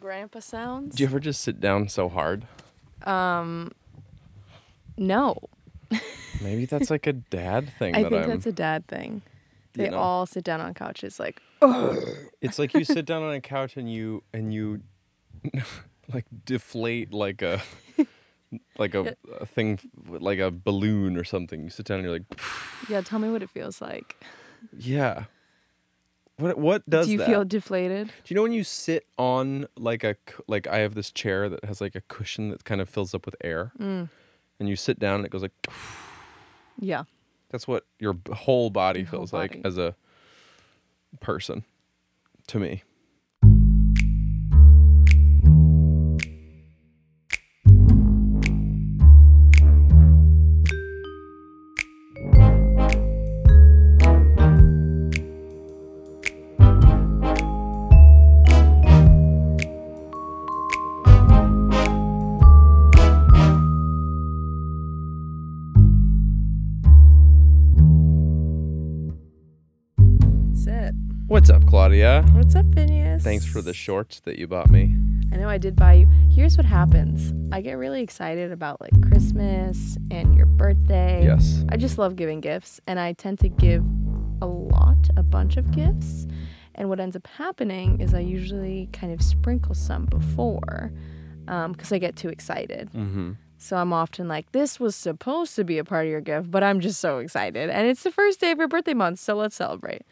grandpa sounds. Do you ever just sit down so hard? no, Maybe that's like a dad thing. I that think I'm, that's a dad thing. You They know. all sit down on couches like It's like you sit down on a couch and you and you like deflate like a like a, a thing like a balloon or something. You sit down and you're like, Yeah, tell me what it feels like. yeah. What what does Do you that? feel deflated? Do you know when you sit on like a c- like I have this chair that has like a cushion that kind of fills up with air, Mm. and you sit down and it goes like Yeah. that's what your b- whole body Your whole feels like body. as a person, to me. That's it. What's up, Claudia? What's up, Phineas? Thanks for the shorts that you bought me. I know I did buy you. Here's what happens. I get really excited about like Christmas and your birthday. Yes. I just love giving gifts and I tend to give a lot, a bunch of gifts. And what ends up happening is I usually kind of sprinkle some before because I get too excited. Mm-hmm. So I'm often like, this was supposed to be a part of your gift, but I'm just so excited. And it's the first day of your birthday month, so let's celebrate.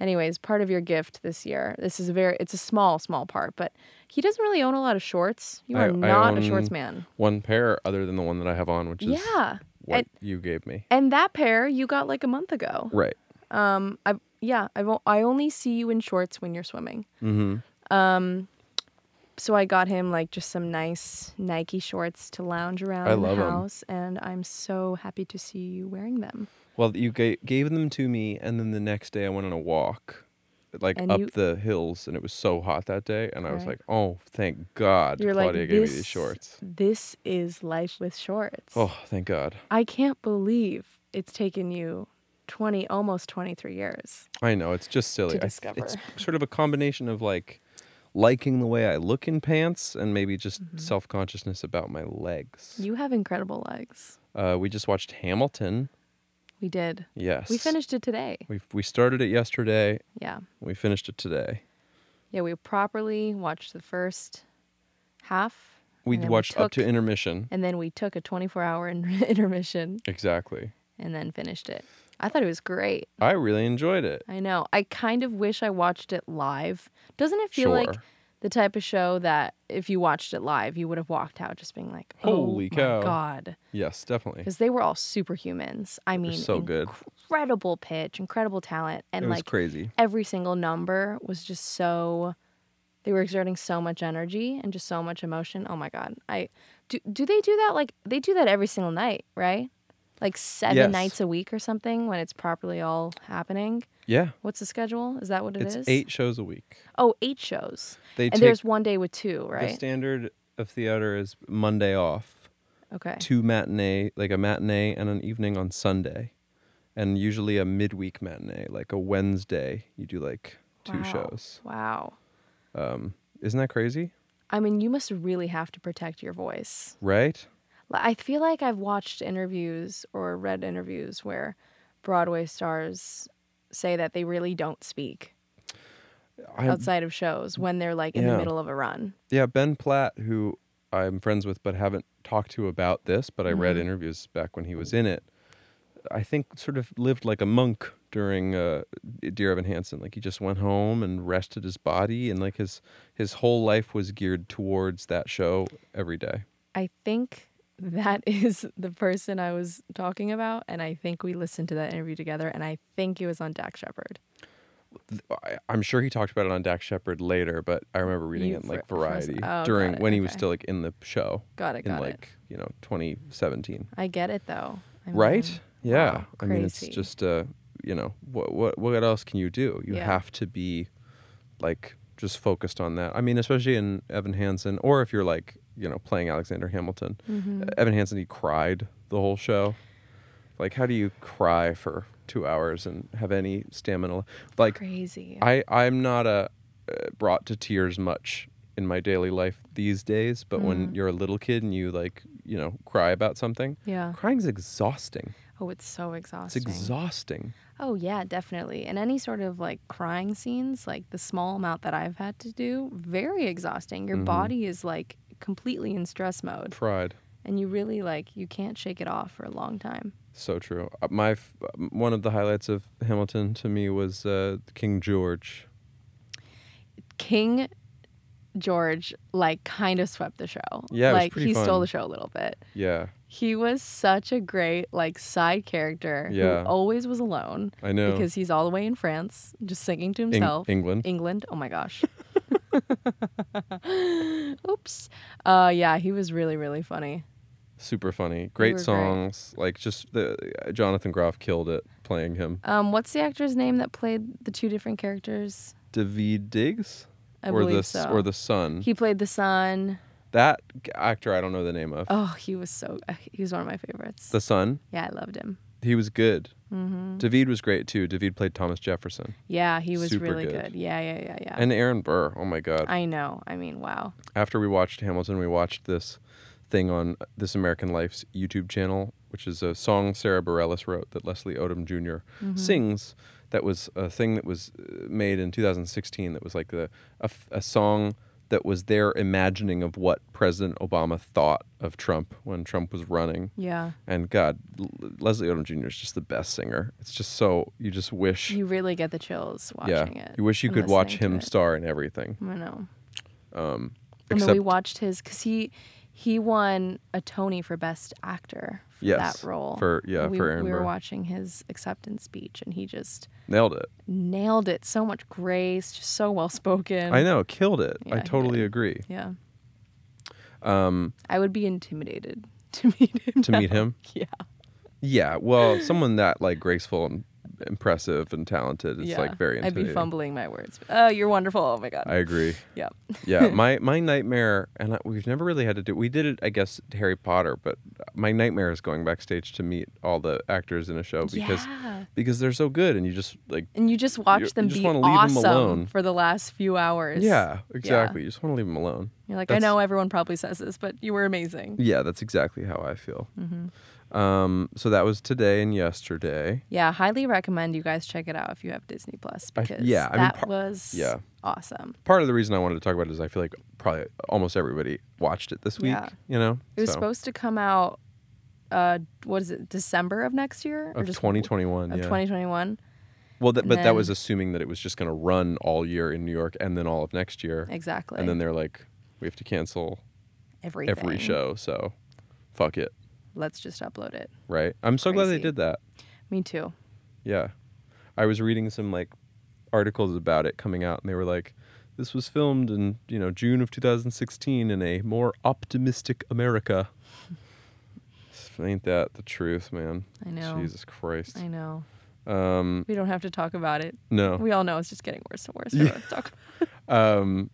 Anyways, part of your gift this year. This is a very it's a small, small part, but he doesn't really own a lot of shorts. You I- are I not a shorts own- man. One pair other than the one that I have on, which is Yeah. what and- you gave me. And that pair you got like a month ago. Right. Um I yeah, I've o- I only see you in shorts when you're swimming. Um, Mm-hmm. So I got him like just some nice Nike shorts to lounge around I in love the 'em. house and I'm so happy to see you wearing them. Well, you ga- gave them to me, and then the next day I went on a walk, like And up you- the hills, and it was so hot that day, and I was Right. like, "Oh, thank God, You're Claudia like, gave me this, these shorts." This is life with shorts. Oh, thank God. I can't believe it's taken you 20, almost 23 years. I know it's just silly. I- discover. it's sort of a combination of like liking the way I look in pants, and maybe just Mm-hmm. self consciousness about my legs. You have incredible legs. Uh, we just watched Hamilton. We did. Yes, We finished it today. We we started it yesterday. Yeah. We finished it today. Yeah, we properly watched the first half. We and then watched up to took- intermission. And then we took a 24 hour in- intermission Exactly. and then finished it. I thought it was great. I really enjoyed it. I know. I kind of wish I watched it live. Doesn't it feel like Sure. the type of show that if you watched it live, you would have walked out just being like, oh Holy my cow." God. Yes, definitely. Because they were all superhumans. I mean, so good. incredible pitch, incredible talent. And it was like crazy. every single number was just so, they were exerting so much energy and just so much emotion. Oh my God. I do, do they do that? Like they do that every single night, right? Like seven Yes. nights a week or something when it's properly all happening. Yeah. What's the schedule? Is that what it It's is? eight shows a week. Oh, eight shows. They and take- there's one day with two, The right? standard of theater is Monday off, okay. two matinee, like a matinee and an evening on Sunday, and usually a midweek matinee, like a Wednesday. You do like two Wow. shows. Wow. Isn't that crazy? I mean, you must really have to protect your voice. Right? Li- I feel like I've watched interviews or read interviews where Broadway stars say that they really don't speak I, outside of shows when they're like in Yeah. the middle of a run. yeah, Ben Platt, who I'm friends with but haven't talked to about this, but I read interviews back when he was in it. I think sort of lived like a monk during uh, Dear Evan Hansen. Like he just went home and rested his body, and like his his whole life was geared towards that show every day. I think that is the person I was talking about, and I think we listened to that interview together, and I think it was on Dak Shepard. I, I'm sure he talked about it on Dak Shepherd later, but I remember reading You it in like fr- first- Variety oh, got during it, when he was okay. still like in the show Got it, in got it. like you know 2017. I get it though. I mean, right yeah Oh, wow, i mean it's crazy. just uh you know what what what else can you do you Yeah. have to be like just focused on that i mean especially in evan hansen or if you're like you know playing alexander hamilton Mm-hmm. Uh, evan hansen he cried the whole show like how do you cry for two hours and have any stamina like crazy. i i'm not a uh, brought to tears much in my daily life these days, but Mm-hmm. when you're a little kid and you like, you know, cry about something, Yeah. crying's exhausting. Oh, it's so It's Uh-huh. exhausting. exhausting. Oh yeah, definitely. And any sort of like crying scenes, like the small amount that I've had to do, very exhausting. Mm-hmm. Your body is like completely in stress mode, Pride. and you really like you can't shake it off for a long time. So true. Uh, My f- one of the highlights of Hamilton to me was uh, King George. King George like kind of swept the show. Yeah, it was like pretty he fun. stole the show a little bit. Yeah, He was such a great like side character Yeah. who always was alone I know. because he's all the way in France just singing to Eng- himself. England. England. Oh my gosh. Oops. Uh, yeah, he was really really funny. super funny. Great were great. songs. Like just the uh, Jonathan Groff killed it playing him. Um, what's the actor's name that played the two different characters? David Diggs I or the believe s- so. or the son. He played the son. that g- actor I don't know the name of. Oh, he was so uh, he was one of my favorites. The son. yeah, I loved him. He was good. Mm-hmm. David was great too. David played Thomas Jefferson Yeah, he was Super really good. good. Yeah, yeah, yeah, yeah. and Aaron Burr. Oh my god. I know. I mean, wow. After we watched Hamilton, we watched this thing on This American Life's YouTube channel, which is a song Sarah Bareilles wrote that Leslie Odom junior Mm-hmm. sings. That was a thing that was uh, made in 2016. That was like the a, f- a song that was their imagining of what President Obama thought of Trump when Trump was running. Yeah. And God, L- Leslie Odom Jr. is just the best singer. It's just so you just wish, You really get the chills yeah, watching it. you wish you and could watch listening to him it. star in everything. I know. Um, And then we except watched his because he he won a Tony for Best Actor for Yes, that role. for- yeah, we, for Aaron we were Burr. watching his acceptance speech, and he just nailed it. nailed it. So much grace, just so well spoken. I know, killed it. Yeah, I he totally did. agree. Yeah, Um, I would be intimidated to meet him. to meet him, Yeah, yeah. Well, someone that like graceful and impressive and talented is yeah. like very I'd intimidating. be fumbling my words. Oh, you're wonderful. Oh my god. I agree. yeah. Yeah, my my nightmare, and I, we've never really had to do. We did it, I guess, to Harry Potter, but my nightmare is going backstage to meet all the actors in a show because yeah. because they're so good, and you just like And you just you watch them just be wanna leave 'em awesome alone. for the last few hours. Yeah, exactly. You just want to leave them alone. You're like, I That's- know everyone probably says this, but you were amazing. Yeah, that's exactly how I feel. Mm-hmm. Um, so that was today and yesterday. Yeah, highly recommend you guys check it out if you have Disney Plus I- because yeah, I mean, that par- was yeah. awesome. Part of the reason I wanted to talk about it is I feel like probably almost everybody watched it this week. Yeah. You know, It was So, supposed to come out uh what is it, December of next year? of just- 2021. of yeah. twenty twenty one. well, that, and but that then- was assuming that it was just going to run all year in New York and then all of next year. Exactly. And then they're like, we have to cancel everything. every show, so fuck it, Let's just upload it. right? I'm so glad they Crazy. did that. Me too. Yeah. I was reading some like articles about it coming out and they were like this was filmed in, you know, June of 2016 in a more optimistic America. Ain't that the truth, man? I know. Jesus Christ. I know. Um We don't have to talk about it. no. We all know it's just getting worse and worse. Oh. Yeah. Yeah. talk Um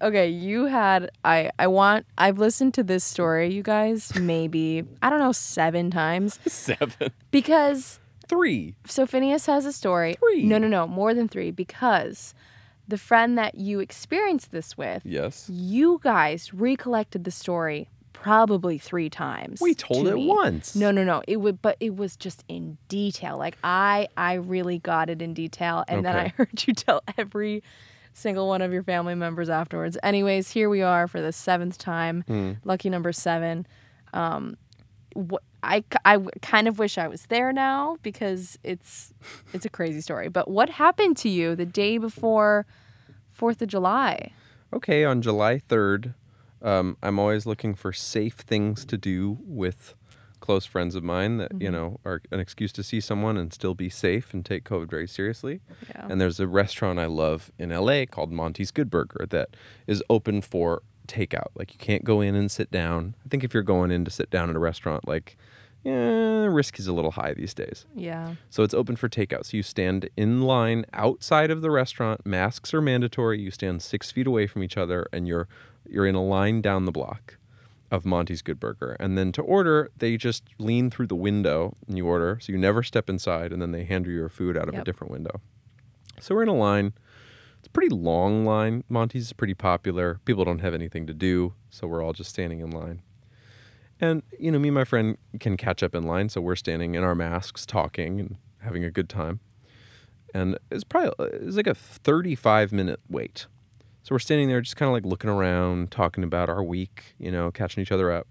Okay, you had I I want I've listened to this story, you guys, maybe I don't know, seven times. 7 Because 3. so Phineas has a story. Three. No, no, no, more than three because the friend that you experienced this with, Yes. you guys recollected the story probably three times. We told to it me. once. No, no, no. It would, but it was just in detail. Like I, I really got it in detail, and then Okay. I heard you tell every single one of your family members afterwards. Anyways, here we are for the seventh time, lucky number seven. Um, wh- I, k- I w- kind of wish I was there now because it's it's a crazy story. But what happened to you the day before Fourth of July? Okay, on July 3rd, um, I'm always looking for safe things to do with close friends of mine that, you know, are an excuse to see someone and still be safe and take COVID very seriously. Yeah. And there's a restaurant I love in LA called Monty's Good Burger that is open for takeout. Like, you can't go in and sit down. I think if you're going in to sit down at a restaurant, like, yeah, risk is a little high these days. Yeah. So it's open for takeout. So you stand in line outside of the restaurant. Masks are mandatory. You stand six feet away from each other, and you're you're in a line down the block of Monty's Good Burger. And then to order, they just lean through the window and you order. So you never step inside, and then they hand you your food out of a Yep. different window. So we're in a line. It's pretty long line. Monty's is pretty popular. People don't have anything to do, so we're all just standing in line. And you know, me and my friend can catch up in line, so we're standing in our masks, talking and having a good time. And it's probably it's like a 35 minute wait. So we're standing there, just kind of like looking around, talking about our week, you know, catching each other up.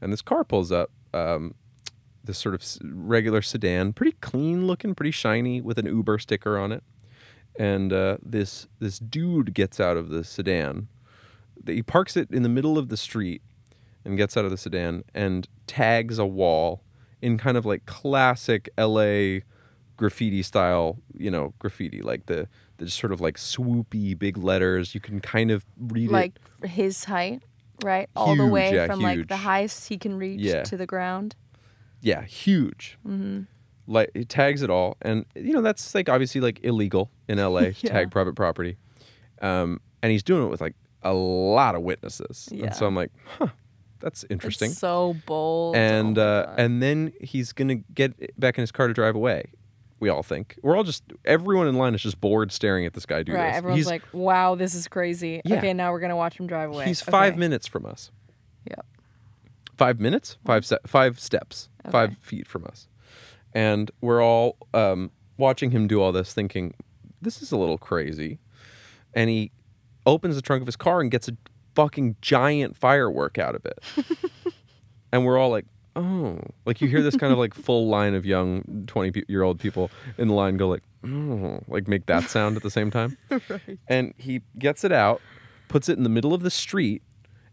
And this car pulls up, um, this sort of s- regular sedan, pretty clean looking, pretty shiny, with an Uber sticker on it. And uh, this this dude gets out of the sedan. He parks it in the middle of the street and gets out of the sedan and tags a wall in kind of like classic LA graffiti style, you know, graffiti like the the just sort of like swoopy big letters. You can kind of read like it. his height, right? All the Huge, way yeah, from like the huge. highest he can reach Yeah. to the ground. Yeah, huge. Mm-hmm. Like it tags it all, and you know that's like obviously like illegal in LA to Yeah. tag private property. Um, and he's doing it with like a lot of witnesses, Yeah. and so I'm like, huh, that's interesting. It's so bold. and Oh my uh, God. and then he's gonna get back in his car to drive away. We all think we're all just everyone in line is just bored staring at this guy do right, this. everyone's he's, like, "Wow, this is crazy." Yeah. Okay, now we're gonna watch him drive away. he's five Okay. minutes from us. Yep. Five minutes, five se- five steps, five feet from us, and we're all um, watching him do all this, thinking this is a little crazy. And he opens the trunk of his car and gets a fucking giant firework out of it. and we're all like, oh, like you hear this kind of like full line of young twenty pe- year old people in the line go like, oh, like make that sound at the same time and he gets it out, puts it in the middle of the street,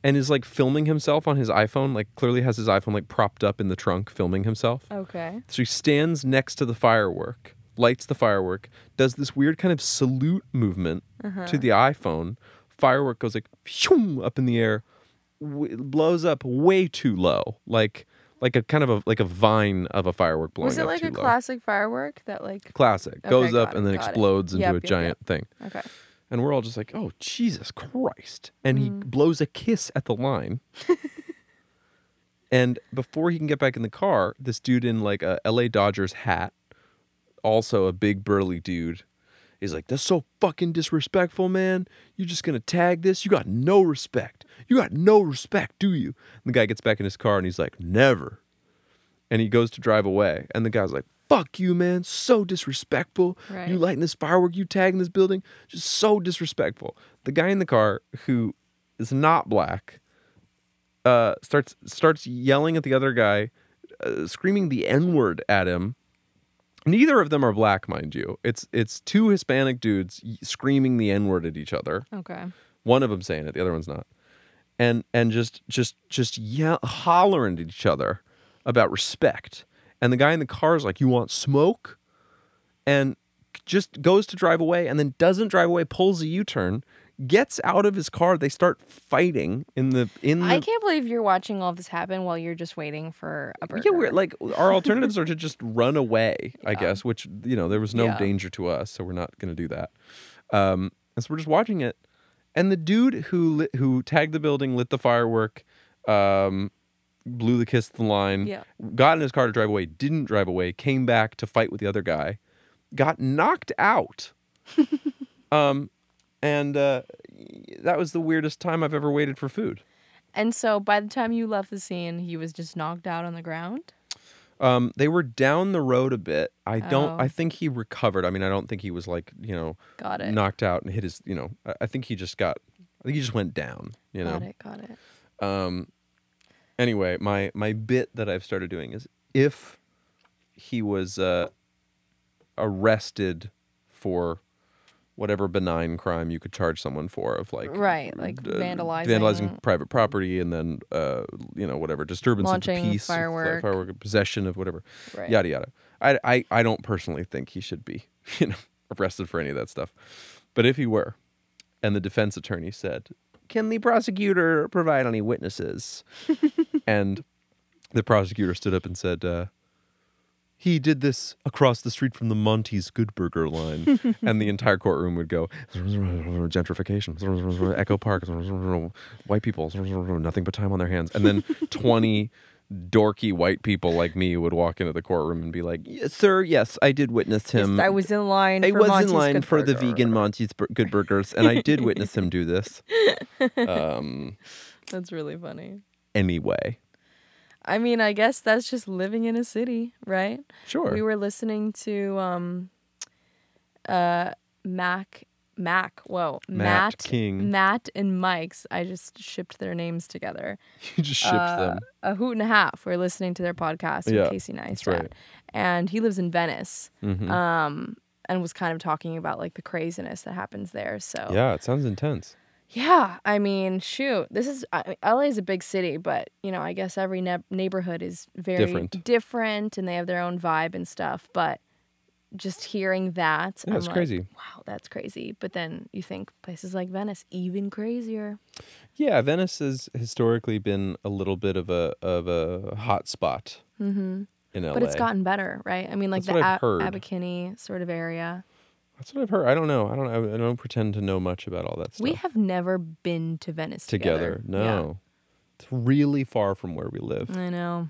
and is like filming himself on his iPhone. Like clearly has his iPhone like propped up in the trunk, filming himself. Okay. So he stands next to the firework, lights the firework, does this weird kind of salute movement Uh-huh. to the iPhone. Firework goes like phew, up in the air, w- blows up way too low, like like a kind of a like a vine of a firework blowing Was it up like too a low. classic firework that like? Classic Okay, goes up got and it, then got it. explodes into Yep, a yep, yep. giant thing. Okay. And we're all just like, oh, Jesus Christ. And he Mm-hmm. blows a kiss at the line. and before he can get back in the car, this dude in like a LA Dodgers hat, also a big burly dude, is like, that's so fucking disrespectful, man. You're just going to tag this? You got no respect. You got no respect, do you? And the guy gets back in his car and he's like, never and he goes to drive away and the guy's like fuck you man so disrespectful Right. you lighting this firework you tagging this building just so disrespectful the guy in the car who is not black uh, starts starts yelling at the other guy uh, screaming the n word at him neither of them are black mind you it's it's two hispanic dudes y- screaming the n word at each other Okay. one of them saying it the other one's not and and just just just yeah hollering at each other about respect and the guy in the car is like you want smoke and just goes to drive away and then doesn't drive away pulls a u-turn gets out of his car they start fighting in the in the I can't believe you're watching all this happen while you're just waiting for a burger. yeah, we're like our alternatives are to just run away, I guess. Which you know, there was no Yeah. danger to us, so we're not going to do that. Um, and so we're just watching it. And the dude who lit, who tagged the building, lit the firework, um, blew the kiss at the line, Yeah. got in his car to drive away, didn't drive away, came back to fight with the other guy, got knocked out. um, and uh, that was the weirdest time I've ever waited for food. And so by the time you left the scene, he was just knocked out on the ground. Um, they were down the road a bit. I don't. Oh. I think he recovered. I mean, I don't think he was like you know Got it. knocked out and hit his. You know, I, I think he just got. I think he just went down. You know. Got it. Got it. Um. Anyway, my my bit that I've started doing is if he was uh, arrested for whatever benign crime you could charge someone for of like Right, like d- vandalizing- vandalizing private property and then uh you know whatever disturbance of Launching the peace fl- firework. firework possession of whatever Right. yada yada I, I i don't personally think he should be you know arrested for any of that stuff but if he were and the defense attorney said can the prosecutor provide any witnesses and the prosecutor stood up and said uh he did this across the street from the Monty's Good Burger line, and the entire courtroom would go gentrification, Echo Park, white people, nothing but time on their hands, and then twenty dorky white people like me would walk into the courtroom and be like, "Yes, "Sir, yes, I did witness him. I was in line. I for was Monty's in line Good for the Burger. vegan Monty's Bur- Good Burgers, and I did witness him do this." Um, That's really funny. anyway, I mean, I guess that's just living in a city, right? sure. We were listening to um, uh, Mac, Mac. Whoa, Matt King. Matt and Mike's. I just shipped their names together. you just shipped them. a hoot and a half. We're listening to their podcast with Yeah, Casey Neistat, right. and he lives in Venice, Mhm. um, and was kind of talking about like the craziness that happens there. So Yeah, it sounds intense. Yeah, I mean, shoot, this is I I mean, LA is a big city, but you know, I guess every ne- neighborhood is very Different. different, and they have their own vibe and stuff. But just hearing that, Yeah, I'm it's like, crazy. Wow, that's crazy. But then you think places like Venice even crazier. Yeah, Venice has historically been a little bit of a of a hot spot in LA. Mm-hmm. But it's gotten better, right? I mean, like That's the what I've Ab- heard. Abakini sort of area. That's what I've heard. I don't know. I don't. I don't pretend to know much about all that stuff. We have never been to Venice together. together. No, it's really far from where we live. Yeah. I know.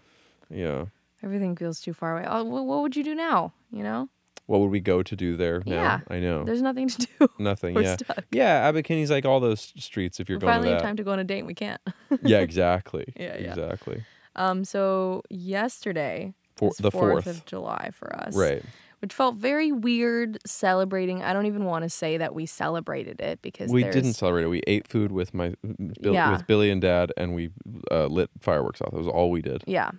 Yeah. Everything feels too far away. Oh, wh- what would you do now? You know, What would we go to do there? Now? Yeah. I know there's nothing to do. nothing. we're yeah, stuck. yeah. Abakini's like all those streets. If you're we going finally to have that, time to go on a date and we can't. yeah, exactly. Yeah, yeah. exactly. Um, so yesterday For was the 4th fourth, of July for us. right? Which felt very weird celebrating. I don't even want to say that we celebrated it because We there's, didn't celebrate it. We ate food with my Bill, Yeah. with Billy and Dad, and we uh, lit fireworks off. That was all we did. Yeah.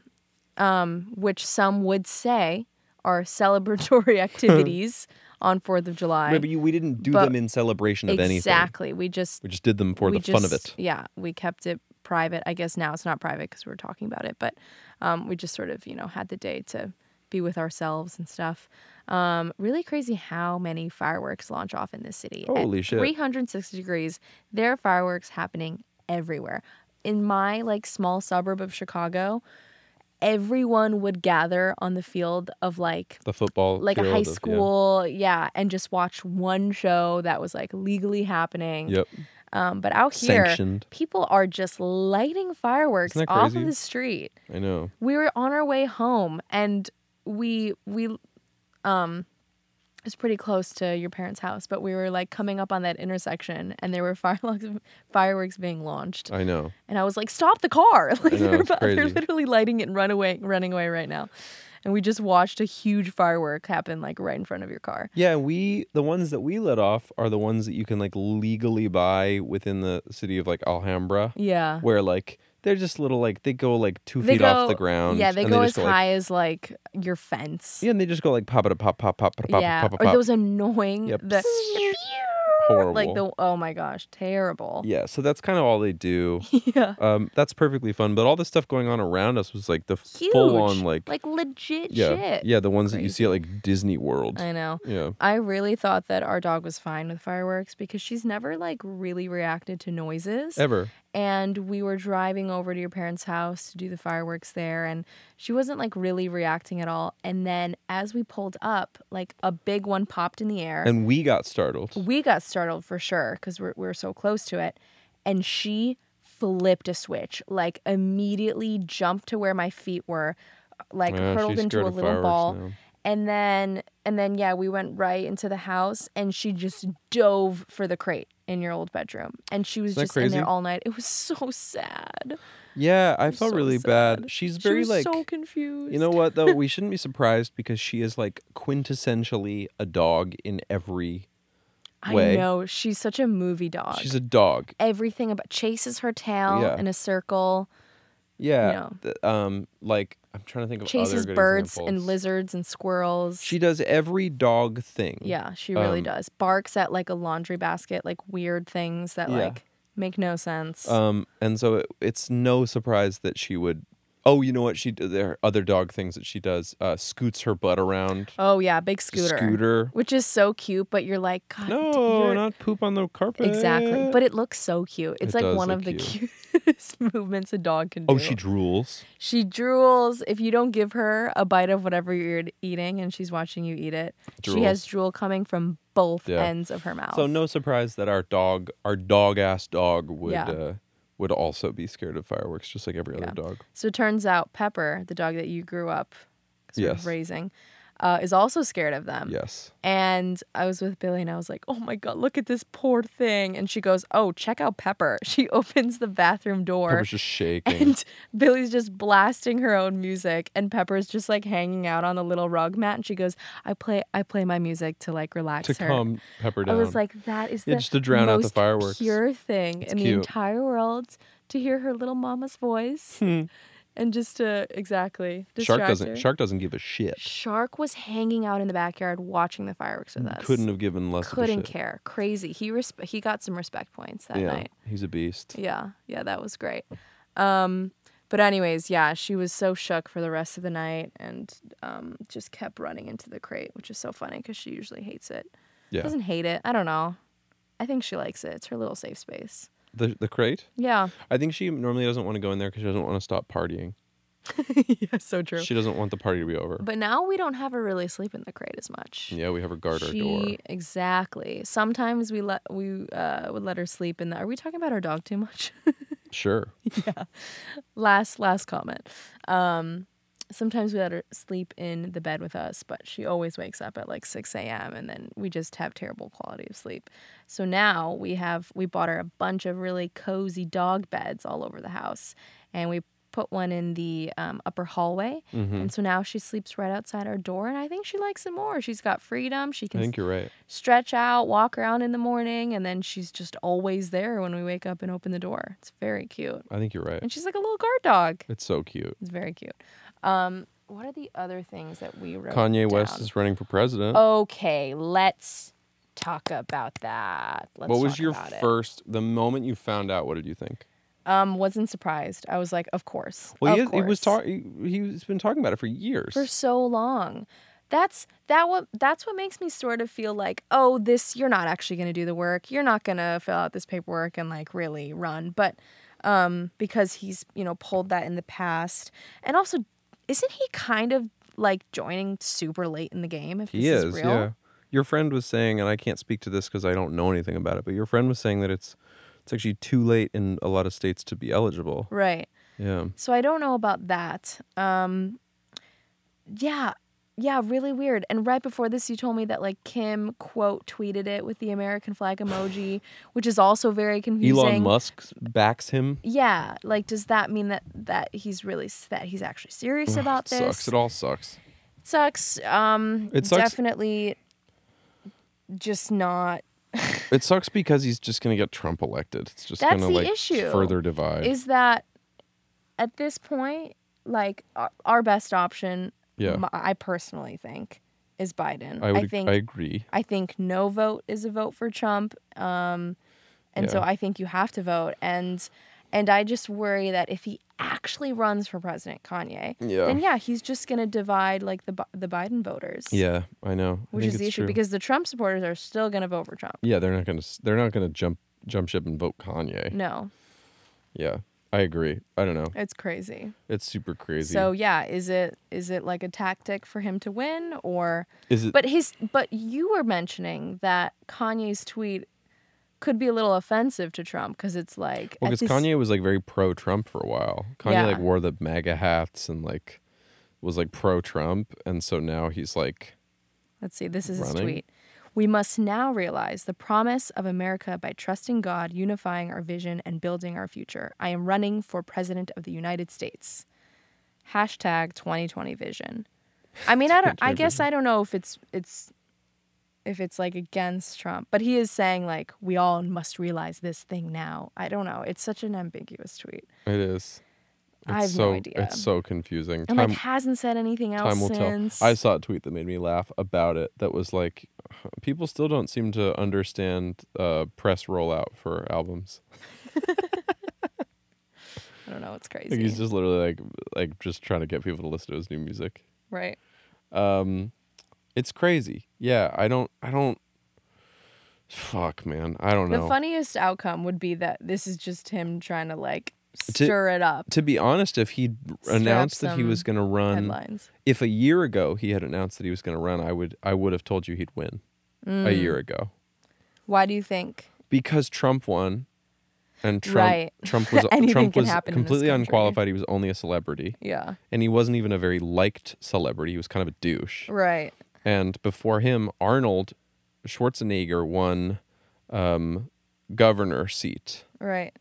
Um, which some would say are celebratory activities on 4th of July. Maybe we didn't do But- them in celebration of anything. exactly. We just We just did them for we the fun of just- it. Yeah, we kept it private. I guess now it's not private because we're talking about it, but um, we just sort of, you know, had the day to be with ourselves and stuff. Um, really crazy how many fireworks launch off in this city. At Holy shit. 360 degrees. There are fireworks happening everywhere. In my like small suburb of Chicago, everyone would gather on the field of like The football, like a field high of- yeah. school, yeah. and just watch one show that was like legally happening. Yep. Um, but out here, Sanctioned. people are just lighting fireworks Isn't that off crazy? of the street. I know. We were on our way home, and we we um, it was pretty close to your parents' house, but we were like coming up on that intersection, and there were fireworks fireworks being launched, I know. and I was like, "Stop the car!" Like Uh. know, they're, it's about- they're crazy. literally lighting it and run away, running away right now. And we just watched a huge firework happen like right in front of your car. Yeah, we the ones that we let off are the ones that you can like legally buy within the city of like Alhambra, Yeah. where like they're just little like they go like two feet off the ground. Yeah, they um, and go they as just go, like- high as like your fence. yeah, and they just go like pop it a pop pop pop pop pop yeah, pop pop. or pop. those annoying Yeah, the horrible. like the oh my gosh, terrible. yeah, so that's kind of all they do. Yeah. Um, that's perfectly fun, but all the stuff going on around us was like the full on Huge. like, Like legit yeah shit. yeah the ones that you see at like Disney World. I know. yeah, I really thought that our dog was fine with fireworks because she's never like really reacted to noises. ever. and we were driving over to your parents' house to do the fireworks there and she wasn't like really reacting at all and then as we pulled up like a big one popped in the air And we got startled. we got startled for sure because we're, we're so close to it and she flipped a switch like immediately jumped to where my feet were like Oh, Yeah, hurtled she's into scared a of little fireworks ball now. and then and then yeah we went right into the house and she just dove for the crate in your old bedroom and she was that just in crazy? there all night it was so sad Yeah, I felt so really bad. sad. She's she very was like so confused You know what though? we shouldn't be surprised because she is like quintessentially a dog in every i way. know she's such a movie dog she's a dog. everything about chases her tail Yeah. in a circle Yeah. know. th- um like I'm trying to think of chases other good birds and examples. lizards and squirrels. She does every dog thing. yeah, she really um, does. Barks at like a laundry basket, like weird things that Yeah. like make no sense. Um and so it, it's no surprise that she would Oh, you know what she d- there are other dog things that she does. Uh scoots her butt around. oh yeah, big scooter. Scooter. Which is so cute, but you're like, God, d- No, you're- not poop on the carpet. exactly. But it looks so cute. It's It like does one look of the cutest movements a dog can do. Oh, she drools. she drools if you don't give her a bite of whatever you're eating, and she's watching you eat it. She Drools. has drool coming from both Yeah. ends of her mouth. So no surprise that our dog, our dog ass dog, would Yeah. uh, would also be scared of fireworks, just like every Yeah. other dog. So it turns out Pepper, the dog that you grew up sort of Yes. raising, uh, is also scared of them. Yes. And I was with Billy and I was like, oh my God, look at this poor thing. And she goes, oh, check out Pepper. She opens the bathroom door. Pepper's just shaking. And Billy's just blasting her own music, and Pepper's just like hanging out on the little rug mat, and she goes, "I play, I play my music to like relax to her." calm Pepper I down. was like, "That is Yeah, the just to drown out the most fireworks. pure thing in the cute. entire world to hear her little mama's voice, Hmm. and just to exactly shark distract doesn't. her. Shark doesn't give a shit. Shark was hanging out in the backyard watching the fireworks with us. Couldn't have given less of couldn't a shit. care. Crazy. He resp- he got some respect points that yeah, night. he's a beast. Yeah, yeah, that was great. Um, but anyways, yeah, she was so shook for the rest of the night and um, just kept running into the crate, which is so funny because she usually hates it. Yeah. Doesn't hate it. I don't know. I think she likes it. It's her little safe space. The the crate. Yeah. I think she normally doesn't want to go in there because she doesn't want to stop partying. yeah, so true. She doesn't want the party to be over. But now we don't have her really sleep in the crate as much. yeah, we have her guard our she, door. Exactly. Sometimes we let we uh, would let her sleep in the. Are we talking about our dog too much? Sure. last last comment. Um, sometimes we let her sleep in the bed with us, but she always wakes up at like six a.m. and then we just have terrible quality of sleep. So now we have we bought her a bunch of really cozy dog beds all over the house, and we put one in the um, upper hallway, and so now she sleeps right outside our door, and I think she likes it more. She's got freedom. She I can think you're right. stretch out, walk around in the morning, and then she's just always there when we wake up and open the door. It's very cute. I think you're right. And she's like a little guard dog. It's so cute. It's very cute. Um, what are the other things that we wrote? Kanye West down? Oh, is running for president. Okay, let's talk about that. Let's what was talk your about it. first? The moment you found out, what did you think? Um, wasn't surprised. I was like, of course. Well, he, of is- he was course. talking. He's been talking about it for years. for so long. That's that what that's what makes me sort of feel like, oh, this you're not actually going to do the work. You're not going to fill out this paperwork and like really run. But um because he's, you know, pulled that in the past. And also isn't he kind of like joining super late in the game if He this is, is, real? yeah. Your friend was saying, and I can't speak to this because I don't know anything about it, but your friend was saying that it's it's actually too late in a lot of states to be eligible. Right. Yeah. So I don't know about that. Um, yeah, yeah, really weird. And right before this, you told me that like Kim quote tweeted it with the American flag emoji, which is also very confusing. Elon Musk backs him. Yeah, like does that mean that that he's really s- that he's actually serious about this? Sucks. It all sucks. Sucks. Um, It sucks. Definitely, just not It sucks because he's just gonna get Trump elected. It's just That's gonna the like issue, further divide. is that at this point like our, our best option Yeah. m- i personally think is biden I would. think I agree. I think no vote is a vote for Trump. Um, and so Yeah. I think you have to vote. And and I just worry that if he actually runs for president, Kanye, Yeah. then yeah, he's just gonna divide like the Bi- the Biden voters. Yeah, I know. I Which think is the it's issue true. because the Trump supporters are still gonna vote for Trump. yeah, they're not gonna. s- They're not gonna jump jump ship and vote Kanye. No, Yeah, I agree. I don't know. it's crazy. It's super crazy. So yeah, is it is it like a tactic for him to win or is it? But his but you were mentioning that Kanye's tweet could be a little offensive to Trump because it's like Well, at because this- Kanye was like very pro Trump for a while. Kanye Yeah. like wore the MAGA hats and like was like pro Trump, and so now he's like, Let's see, this is his Running. tweet. We must now realize the promise of America by trusting God, unifying our vision, and building our future. I am running for President of the United States. Hashtag 2020 vision. I mean, I don't. I 2020 guess I don't know if it's it's if it's like against Trump, but he is saying like we all must realize this thing now. I don't know. It's such an ambiguous tweet, it is. It's I have no so, idea. It's so confusing. Um, and time like hasn't said anything else time will since. tell. I saw a tweet that made me laugh about it. That was like, people still don't seem to understand uh, press rollout for albums. I don't know. It's crazy, Like, he's just literally like, like just trying to get people to listen to his new music. right? um it's crazy yeah i don't i don't fuck man i don't know The funniest outcome would be that this is just him trying to like To- stir it up to be honest if he'd Stir up announced that he was some going to run headlines. if a year ago he had announced that he was going to run i would i would have told you he'd Mm. win a year ago Why do you think? because trump won and Trump Right. Trump was Anything Trump can was happen in this completely country. unqualified. He was only a celebrity, Yeah. and he wasn't even a very liked celebrity. He was kind of a douche. Right. And before him, Arnold Schwarzenegger won um, governor seat. Right.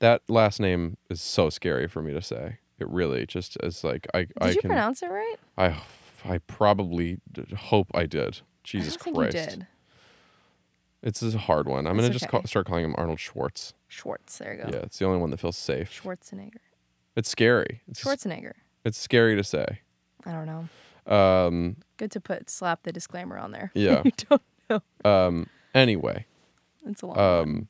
That last name is so scary for me to say. It really just is like I Did I you can pronounce it right? I I probably d- hope I did. Jesus I don't Christ, think you did. it's a hard one. I'm It's gonna just okay. call, start calling him Arnold Schwartz. Schwartz. There you go. Yeah, it's the only one that feels safe. Schwarzenegger. It's scary. It's, Schwarzenegger. it's scary to say. I don't know. Um, Good to put slap the disclaimer on there. Yeah. you don't know. um, anyway, It's a long. um,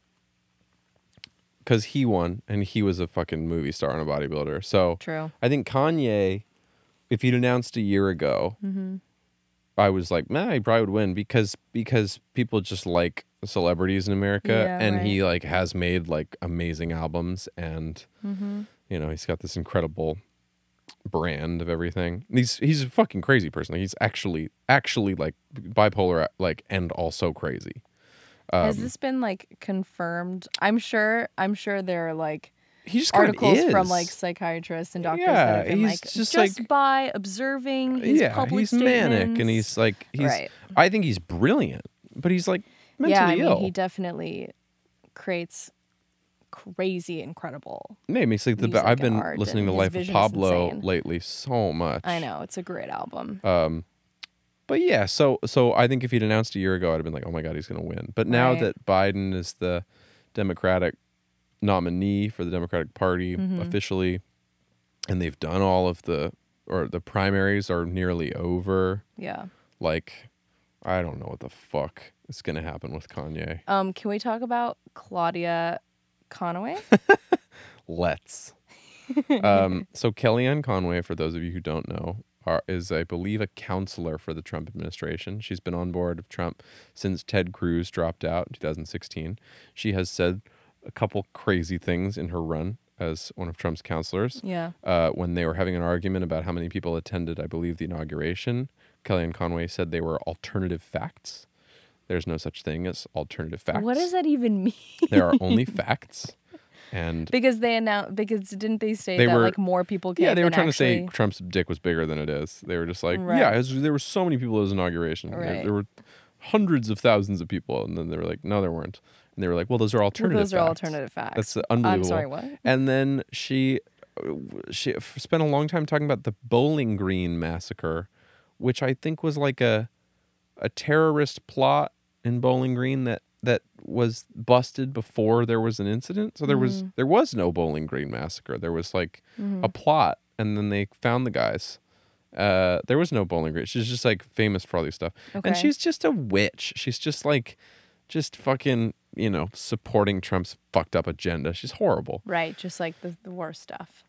because he won and he was a fucking movie star and a bodybuilder. So True. I think Kanye, if he'd announced a year ago, I was like, man, he probably would win because because people just like celebrities in America, Yeah, and he like has made like amazing albums, and Mm-hmm. you know he's got this incredible brand of everything. He's he's a fucking crazy person. He's actually actually like bipolar, like and also crazy. Um, Has this been like confirmed? I'm sure. I'm sure there are like He just kinda articles is. from like psychiatrists and doctors Yeah, that have been he's like just, just, like- by observing his yeah, public he's manic, and statements." he's like he's. Right. I think he's brilliant, but he's like mentally yeah. I mean, ill. he definitely creates crazy, incredible. Yeah, it makes like the. Be- music I've and been art listening and to his Life of vision is Pablo insane. lately so much. I know it's a great album. Um, but yeah, so so I think if he'd announced a year ago, I'd have been like, oh my god, he's gonna win. But now Right. that Biden is the Democratic nominee for the Democratic Party officially, and they've done all of the or the primaries are nearly over, yeah. like I don't know what the fuck is gonna happen with Kanye. Um, can we talk about Claudia Conaway? Let's. um, so Kellyanne Conway, for those of you who don't know, are, is I believe a counselor for the Trump administration. She's been on board of Trump since Ted Cruz dropped out in 2016. She has said a couple crazy things in her run as one of Trump's counselors. yeah. Uh, when they were having an argument about how many people attended, I believe, the inauguration, Kellyanne Conway said they were alternative facts. There's no such thing as alternative facts. What does that even mean? There are only facts. And because they announced because didn't they say They that were- like more people came? Yeah, they were than trying to say actually- Trump's dick was bigger than it is. They were just like, Right. yeah, it was- there were so many people at his inauguration. There- There, Right. were hundreds of thousands of people, and then they were like, no, there weren't. And they were like, well, those are Well, alternative. those are facts. alternative facts. That's I'm unbelievable. sorry, what? And then she, uh, she f- spent a long time talking about the Bowling Green massacre, which I think was like a, a terrorist plot in Bowling Green that that was busted before there was an incident. So there was there was no Bowling Green massacre. There was like a plot, and then they found the guys. Uh, there was no Bowling Green. She's just like famous for all these stuff, and Okay. she's just a witch. She's just like, just fucking you know supporting Trump's fucked up agenda. She's horrible. Right, just like the, the worst stuff.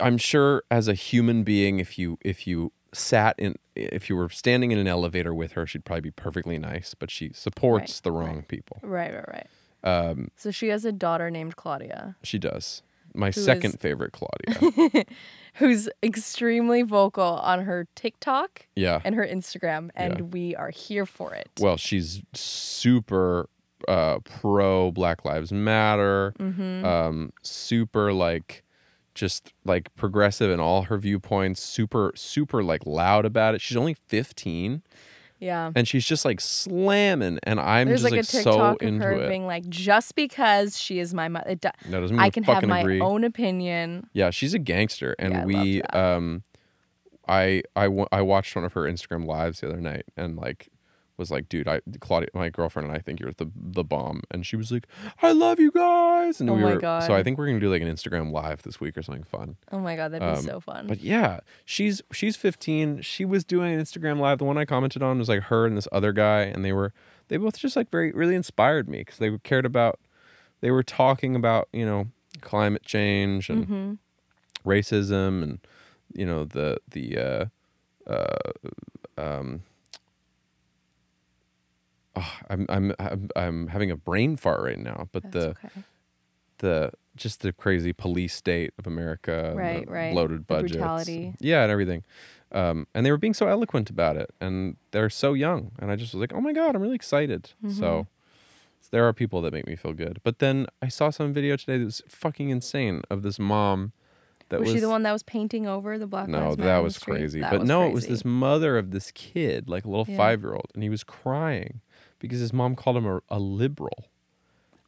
I'm sure as a human being, if you if you sat in if you were standing in an elevator with her, she'd probably be perfectly nice. But she supports Right, the wrong people. Right, right, right. Um, so she has a daughter named Claudia, She does. My is- second favorite, Claudia. who's extremely vocal on her TikTok yeah. and her Instagram, and Yeah. we are here for it. Well, she's super uh, pro Black Lives Matter. Mm-hmm. Um, super like just like progressive in all her viewpoints. Super super like loud about it. She's only 15. yeah. and she's just like slamming and i'm There's just like, a like, TikTok so of into her it being like, just because she is my mother, that doesn't mean I we can have fucking my agree own opinion. yeah she's a gangster and Yeah, I love we um I I wa- I watched one of her instagram lives the other night and like was like dude i claudia my girlfriend and i think you're the the bomb and she was like i love you guys and Oh we my were God. so i think we're gonna do like an instagram live this week or something fun Oh my god, that'd be Um, so fun. But yeah, she's she's 15. She was doing an Instagram live. The one I commented on was like her and this other guy, and they were they both just like very really inspired me because they cared about they were talking about you know climate change and Mm-hmm. racism and you know the the uh, uh, um, ah, I'm, I'm I'm I'm having a brain fart right now, but That's the okay. the just the crazy police state of America, and the Right, right. loaded The budgets, brutality. yeah, and everything. Um, and they were being so Mm-hmm. eloquent about it, and they're so young, and I just was like, oh my god, I'm really excited. So, there are people that make me feel good. But then I saw some video today that was fucking insane of this mom that was, was, she the one that was painting over the Black no, Lives Matter that on the was street? crazy. That but no, it was crazy. this mother of this kid, like a little Yeah. five year old, and he was crying because his mom called him a, a liberal.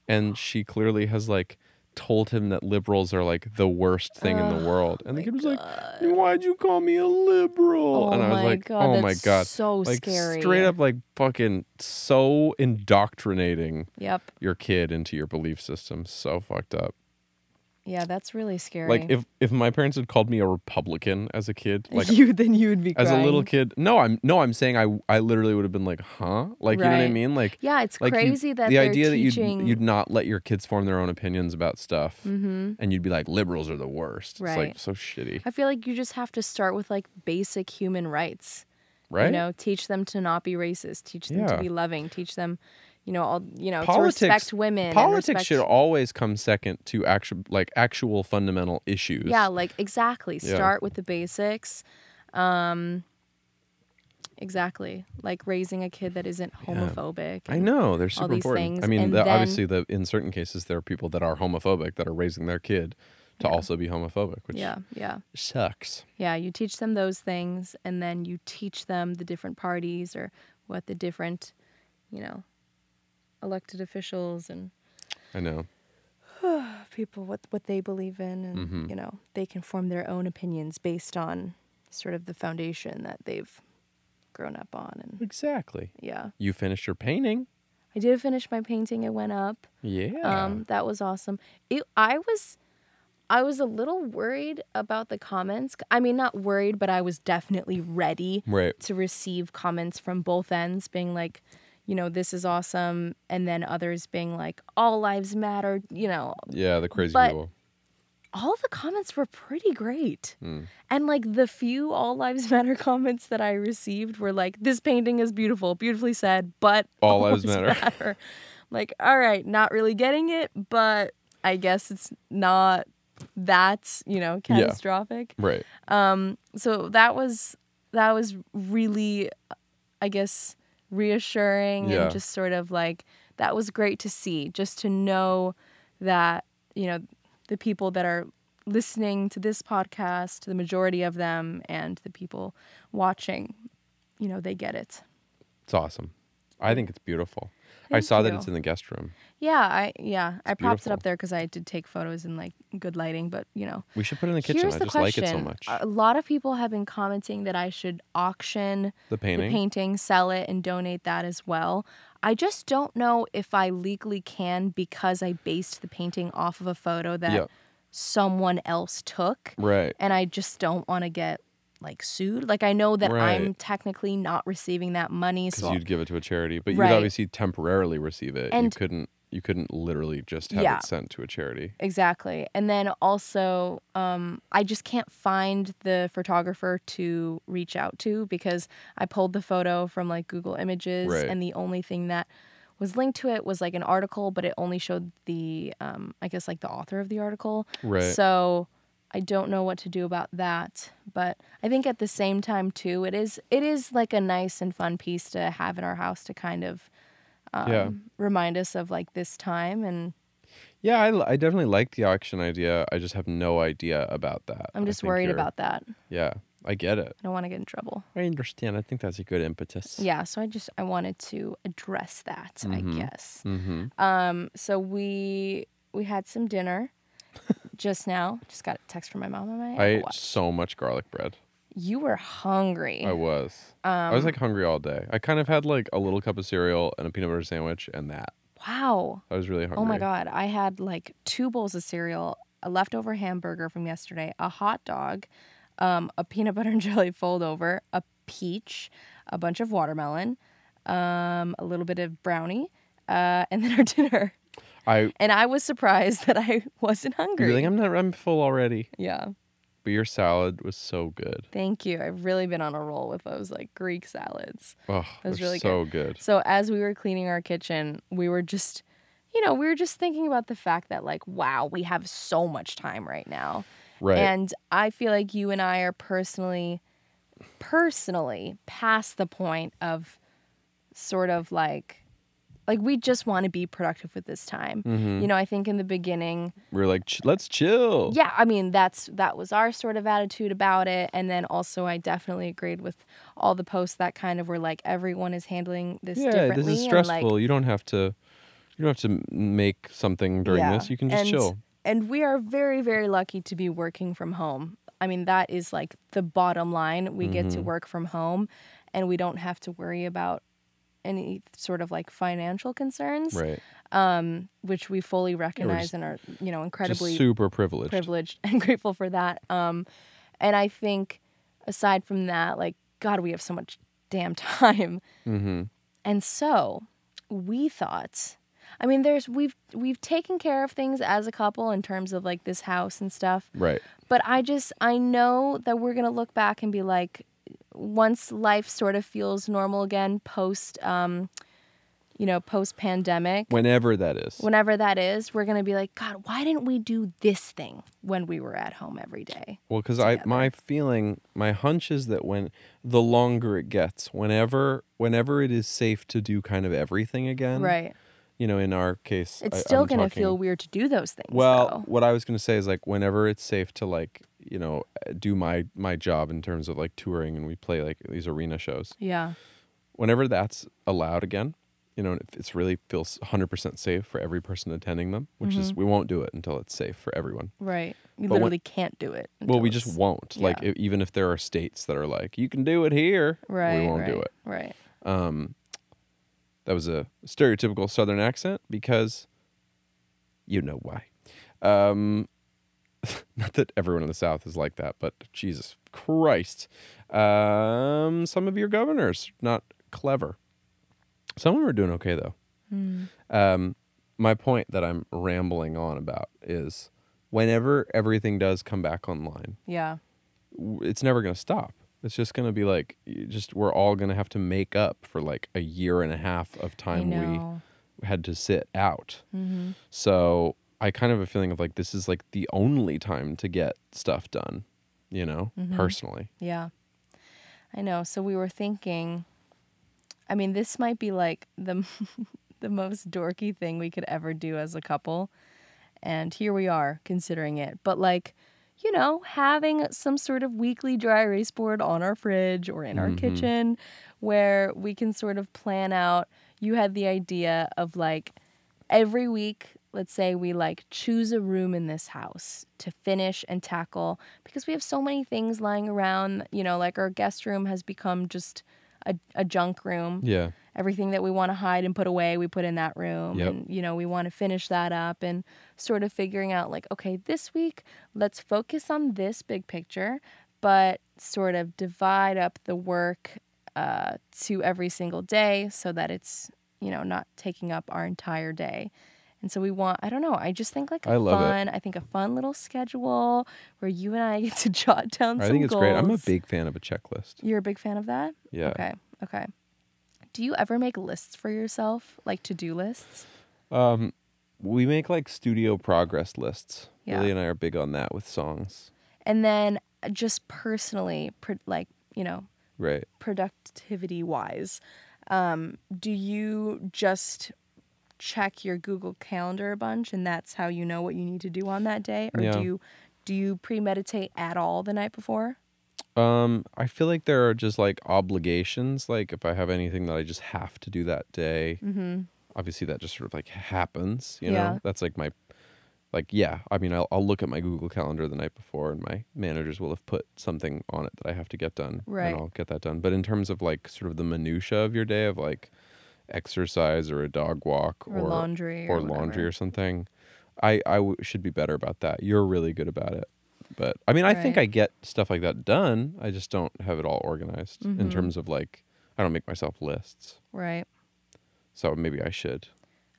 And she clearly has like told him that liberals are like the worst thing in the world. And the kid was like, Why'd you call me a liberal? Oh and I was my like, God, Oh my that's God. so like, scary. Straight up, like fucking so indoctrinating Yep. your kid into your belief system. So fucked up. Yeah, that's really scary. Like if if my parents had called me a Republican as a kid, like you, then you would be as crying. a little kid. No, I'm no, I'm saying I I literally would have been like, huh? Like you know what I Right. mean? Like Yeah, it's like you- crazy that the they're idea teaching. that you'd you'd not let your kids form their own opinions about stuff, and you'd be like, liberals are the worst. It's like Mm-hmm. Right. so shitty, I feel like you just have to start with like basic human rights. right? You know, teach them to not be racist. Teach them Yeah. to be loving. Teach them, you know, all you know, politics, to respect women. and Politics respect- should always come second to actual like actual fundamental issues. Yeah, like exactly. Yeah. Start with the basics. Um, exactly, like raising a kid that isn't homophobic. I and- know they're super these important. things, I mean, and the, then- obviously, the in certain cases there are people that are homophobic that are raising their kid to also be homophobic, which Yeah, yeah. sucks. Yeah, you teach them those things and then you teach them the different parties or what the different, you know, elected officials and I know. people what what they believe in and Mm-hmm. you know, they can form their own opinions based on sort of the foundation that they've grown up on and Exactly. yeah. You finished your painting. I did finish my painting. It went up. Yeah. Um, that was awesome. It, I was, I was a little worried about the comments. I mean, not worried, but I was definitely ready right. to receive comments from both ends, being like, you know, this is awesome, and then others being like, all lives matter. You know, Yeah, the crazy but- people. all the comments were pretty great, Hmm. and like the few all lives matter comments that I received were like, this painting is beautiful, beautifully said, but All lives matter. like, all right, not really getting it, but I guess it's not that, you know, Yeah. catastrophic. Right. So that was that was really I guess reassuring Yeah. and just sort of like that was great to see, just to know that, you know, the people that are listening to this podcast, the majority of them and the people watching, you know, they get it. It's awesome. I think it's beautiful. I Thank saw that you. it's in the guest room. Yeah, I yeah, I propped it beautiful. up there because I did take photos in like good lighting, but you know. We should put it in the kitchen. Here's I the just question: Uh, like it so much. A lot of people have been commenting that I should auction the painting. the painting, sell it, and donate that as well. I just don't know if I legally can because I based the painting off of a photo that Yeah. someone else took, Right. and I just don't want to get like sued. Like I know that Right. I'm technically not receiving that money, Because so you'd give it to a charity, but Right. you'd obviously temporarily receive it. you And- couldn't. You couldn't literally just have Yeah. it sent to a charity. Exactly. And then also, um, I just can't find the photographer to reach out to because I pulled the photo from like Google Images, Right. and the only thing that was linked to it was like an article, but it only showed the, um, I guess, like the author of the article. Right. So I don't know what to do about that. But I think at the same time too, it is it is like a nice and fun piece to have in our house to kind of yeah. um, remind us of like this time and. Yeah, I, l- I definitely like the auction idea. I just have no idea about that. I'm I just think worried you're- about that. Yeah, I get it. I don't want to get in trouble. I understand. I think that's a good impetus. Yeah, so I just I wanted to address that, I guess. Mm-hmm. So we we had some dinner just now. Just got a text from my mom on my I Apple ate Watch. so much garlic bread. You were hungry. I was. I Um, was like hungry all day. I kind of had like a little cup of cereal and a peanut butter sandwich and that. wow. I was really hungry. Oh my god, I had like two bowls of cereal, a leftover hamburger from yesterday, a hot dog, um, a peanut butter and jelly fold over, a peach, a bunch of watermelon, um, a little bit of brownie, uh, and then our dinner. I And I was surprised that I wasn't hungry. you're like I'm not. I'm full already. Yeah. But your salad was so good. Thank you. I've really been on a roll with those like Greek salads. Oh, That was they're really so good. So as we were cleaning our kitchen, we were just you know, we were just thinking about the fact that like wow, we have so much time right now. Right. And I feel like you and I are personally personally past the point of sort of like Like we just want to be productive with this time. You know, I think in the beginning, We're like, "Ch- let's chill. yeah, I mean that's that was our sort of attitude about it. And then also I definitely agreed with all the posts that kind of were like everyone is handling this yeah, differently. this is And stressful. like, you don't have to, you don't have to m- make something during Yeah. this. You can just and, chill. And we are very, very lucky to be working from home. I mean, that is like the bottom line. We get Mm-hmm. to work from home and we don't have to worry about any sort of like financial concerns, Right. which we fully recognize just- and are, you know, Just incredibly super privileged. privileged and grateful for that. Um, and I think aside from that, like, God, we have so much damn time. Mm-hmm. And so we thought, I mean, there's we've we've taken care of things as a couple in terms of like this house and stuff. Right. But I just I know that we're gonna look back and be like, once life sort of feels normal again, post um, you know, post pandemic, Whenever that is. whenever that is, we're gonna be like, God, why didn't we do this thing when we were at home every day? Well, because I together. my feeling, my hunch is that when the longer it gets, whenever whenever it is safe to do kind of everything again, Right. You know, in our case, It's I- still I'm gonna talking- feel weird to do those things. Well, though. what I was gonna say is like whenever it's safe to like you know do my my job in terms of like touring and we play like these arena shows, yeah, whenever that's allowed again, you know, and it- it's really feels 100% safe for every person attending them, which is Mm-hmm. we won't do it until it's safe for everyone. right. We But when- literally can't do it. Well, until we just it's- won't. Like, yeah. e- even if there are states that are like, you can do it here, Right. we won't do right, it. Right. That was a stereotypical Southern accent because you know why. Um, not that everyone in the South is like that, but Jesus Christ. Um, some of your governors, not clever. Some of them are doing okay, though. Mm, Um, my point that I'm rambling on about is whenever everything does come back online, Yeah. w- it's never going to stop. It's just going to be like, you just we're all going to have to make up for like a year and a half of time know. Mm-hmm, we had to sit out. So I kind of have a feeling of like this is like the only time to get stuff done, you know, Mm-hmm. personally. Yeah. I know. So we were thinking I mean, this might be like the the most dorky thing we could ever do as a couple. And here we are considering it. But like, you know, having some sort of weekly dry erase board on our fridge or in our kitchen where we can sort of plan out. You had the idea of like every week let's say we like choose a room in this house to finish and tackle because we have so many things lying around you know like our guest room has become just a, a junk room Yeah. everything that we want to hide and put away we put in that room Yep. and you know we want to finish that up and sort of figuring out like okay this week let's focus on this big picture but sort of divide up the work uh, to every single day so that it's you know not taking up our entire day and so we want i don't know i just think like a I love it. fun i think a fun little schedule where you and i get to jot down I some think it's great. I'm a goals. big fan of a checklist. You're a big fan of that? Yeah. Okay. Okay. Do you ever make lists for yourself, like to do lists? We make like studio progress lists. Yeah. Lily and I are big on that with songs. And then uh, just personally, pro- like, you know, Right. productivity wise, um, do you just check your Google Calendar a bunch and that's how you know what you need to do on that day? Or Yeah. do you do you premeditate at all the night before? Um, I feel like there are just like obligations. Like if I have anything that I just have to do that day, Mm-hmm. obviously that just sort of like happens. You Yeah. know, that's like my, like yeah. I mean, I'll, I'll look at my Google Calendar the night before, and my managers will have put something on it that I have to get done, Right. and I'll get that done. But in terms of like sort of the minutia of your day of like exercise or a dog walk Or laundry or or laundry whatever. or something, I I w- should be better about that. You're really good about it. But I mean, I think Right. I get stuff like that done. I just don't have it all organized Mm-hmm. in terms of like, I don't make myself lists. Right. So maybe I should.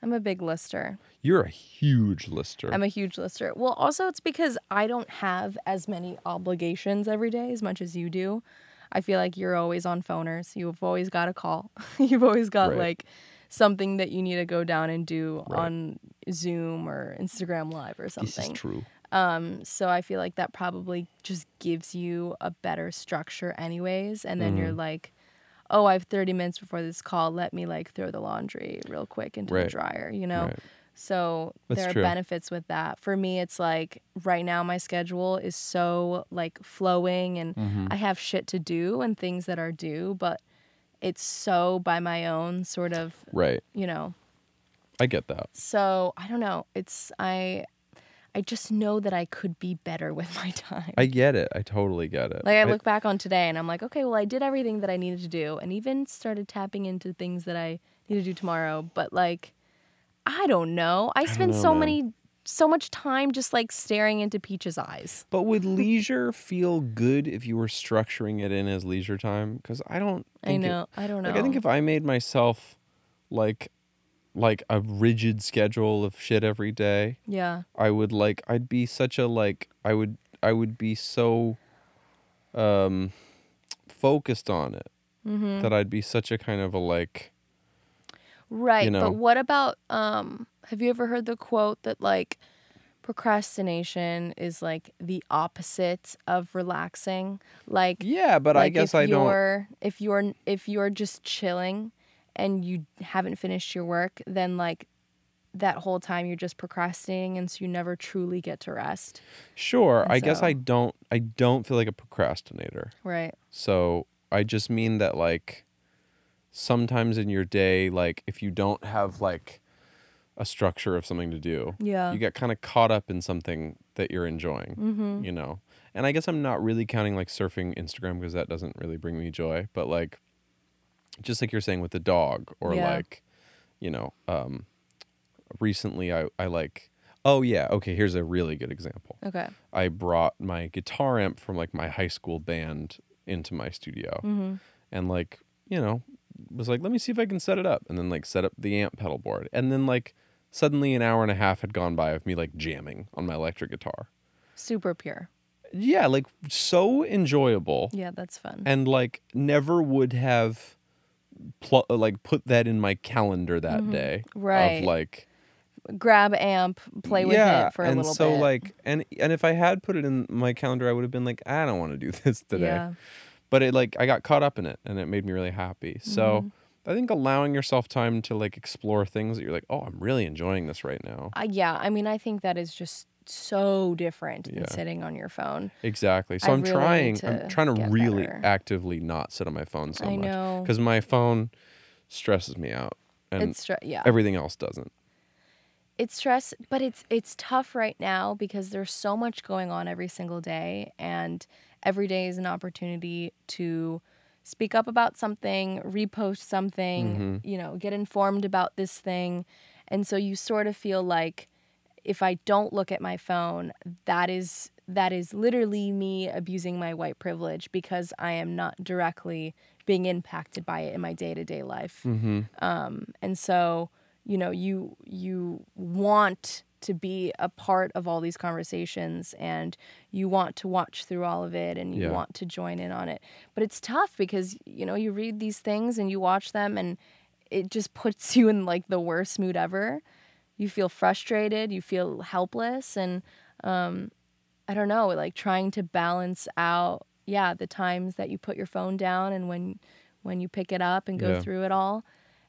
I'm a big lister. You're a huge lister. I'm a huge lister. Well, also it's because I don't have as many obligations every day as much as you do. I feel like you're always on phoners. You've always got a call. You've always got Right. like something that you need to go down and do Right. on Zoom or Instagram Live or this is something. true. Um, so I feel like Mm-hmm. that probably just gives you a better structure anyways and then you're like oh, I have 30 minutes before this call. Let me like throw the laundry real quick into the Right. dryer, you know? Right. So That's there are true. benefits with that. For me, it's like right now my schedule is so like flowing and Mm-hmm. I have shit to do and things that are due, but it's so by my own sort of, Right. you know. I get that. So I don't know. It's, I, I just know that I could be better with my time. I get it. I totally get it. Like I look back on today and I'm like, okay, well I did everything that I needed to do and even started tapping into things that I need to do tomorrow, but like I don't know. I spend know, so man. many so much time just like staring into Peach's eyes. But would leisure feel good if you were structuring it in as leisure time? Because I don't. I think it- know. I don't know. like I think if I made myself, like, like a rigid schedule of shit every day, yeah. I would like. I'd be such a like. I would. I would be so, um, focused on it Mm-hmm. that I'd be such a kind of a like. Right. know. But what about um have you ever heard the quote that like procrastination is like the opposite of relaxing? Like Yeah, but I Like, guess if I don't. you're, If you're if you're just chilling and you haven't finished your work, then like that whole time you're just procrastinating, and so you never truly get to rest. Sure, and I guess so- I don't. I don't feel like a procrastinator. Right. So I just mean that like sometimes in your day, like if you don't have like a structure of something to do, Yeah. you get kind of caught up in something that you're enjoying, Mm-hmm. you know. And I guess I'm not really counting like surfing Instagram because that doesn't really bring me joy, but like just like you're saying with the dog or Yeah. like you know, um recently I I like oh yeah, okay, here's a really good example. Okay. I brought my guitar amp from like my high school band into my studio Mm-hmm. and like, you know, was like, let me see if I can set it up and then like set up the amp pedal board. And then like suddenly an hour and a half had gone by of me like jamming on my electric guitar. Super pure. Yeah, like so enjoyable Yeah, that's fun. and like never would have pl- like put that in my calendar that day Mm-hmm. Right. of like Grab amp, play with it for a and little so bit. like and and if I had put it in my calendar, I would have been like, I don't want to do this today. Yeah. But it like I got caught up in it, and it made me really happy. Mm-hmm. So I think allowing yourself time to like explore things that you're like, oh, I'm really enjoying this right now. Uh, yeah. I mean, I think that is just so different than Yeah. sitting on your phone. Exactly. So I am really trying. need to I'm trying to get really better. actively not sit on my phone so I much know. because my phone stresses me out, and it's uh stra- yeah. everything else doesn't. it's stress but it's it's tough right now because there's so much going on every single day and every day is an opportunity to speak up about something repost something you know get informed about this thing and so you sort of feel like if i don't look at my phone that is that is literally me abusing my white privilege because i am not directly being impacted by it in my day-to-day life Mm-hmm. and so you know you you want to be a part of all these conversations and you want to watch through all of it and you Yeah. want to join in on it but it's tough because you know you read these things and you watch them and it just puts you in like the worst mood ever you feel frustrated you feel helpless and um i don't know like trying to balance out yeah the times that you put your phone down and when when you pick it up and go Yeah. through it all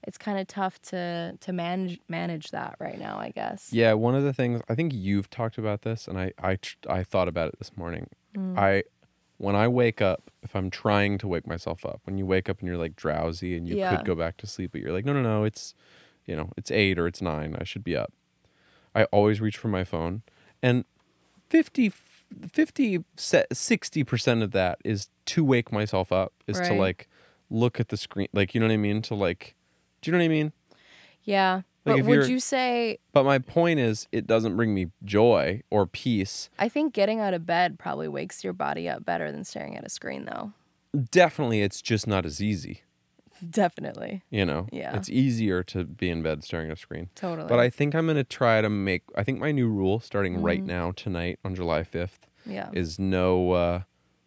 it's kind of tough to to manage manage that right now i guess Yeah, one of the things I think you've talked about this, and I I tr- I thought about it this morning. Mm. I when I wake up, if I'm trying to wake myself up, when you wake up and you're like drowsy and you Yeah. could go back to sleep, but you're like, no, no, no, it's you know, it's eight or it's nine, I should be up. I always reach for my phone, and 50 50 60 percent of that is to wake myself up, is to Right. like look at the screen, like you know what I mean, to like, do you know what I mean? yeah but if would you're- you say But my point is, it doesn't bring me joy or peace. i think getting out of bed probably wakes your body up better than staring at a screen though Definitely, it's just not as easy. definitely You know, Yeah. it's easier to be in bed staring at a screen. totally But I think I'm gonna try to make. I think my new rule, starting Mm-hmm. right now tonight on July 5th, yeah is no, uh,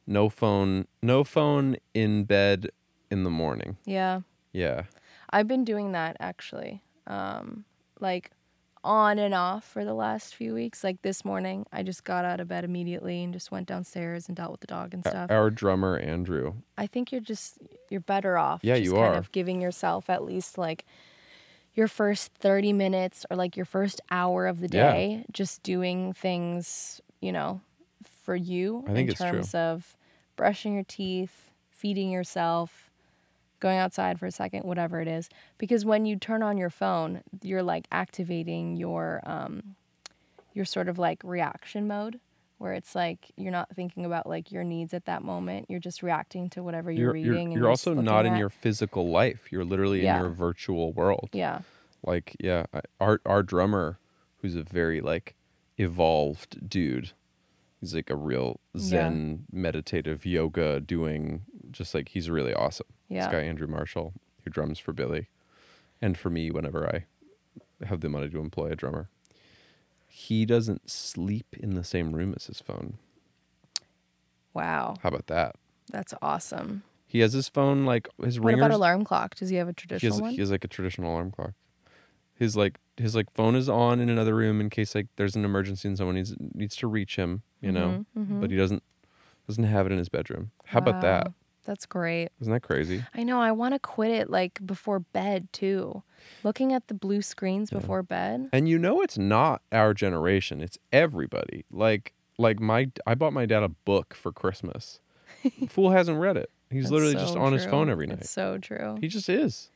no phone, no phone in bed in the morning. yeah Yeah, I've been doing that actually. Um, like on and off for the last few weeks. Like this morning, I just got out of bed immediately and just went downstairs and dealt with the dog and stuff. Our drummer Andrew. I think you're just you're better off. Yeah, just you kind are. Of giving yourself at least like your first thirty minutes or like your first hour of the Yeah. day, just doing things you know for you I think in it's true. terms of brushing your teeth, feeding yourself, going outside for a second, whatever it is. Because when you turn on your phone, you're like activating your um, your sort of like reaction mode. Where it's like you're not thinking about like your needs at that moment. You're just reacting to whatever you're, You're reading. you're, and you're also just looking not in at. your physical life. You're literally Yeah. in your virtual world. yeah Like yeah, I- our our drummer, who's a very like evolved dude. He's like a real Zen meditative yoga doing. Just like he's really awesome. Yeah. This guy Andrew Marshall, who drums for Billy, and for me whenever I have the money to employ a drummer. He doesn't sleep in the same room as his phone. wow How about that? that's awesome. He has his phone like his What ringers. about alarm clock? Does he have a he traditional has, one? he has like a traditional alarm clock. His like his like phone is on in another room in case like there's an emergency and someone needs needs to reach him, you know. Mhm, mhm. But he doesn't doesn't have it in his bedroom. How about that? Wow. That's great. Isn't that crazy? I know. I want to quit it like before bed too. Looking at the blue screens before bed. And you know it's not our generation. It's everybody. Like like my I bought my dad a book for Christmas. Fool hasn't read it. He's That's literally so just on his true. phone every night. It's so true. He just is.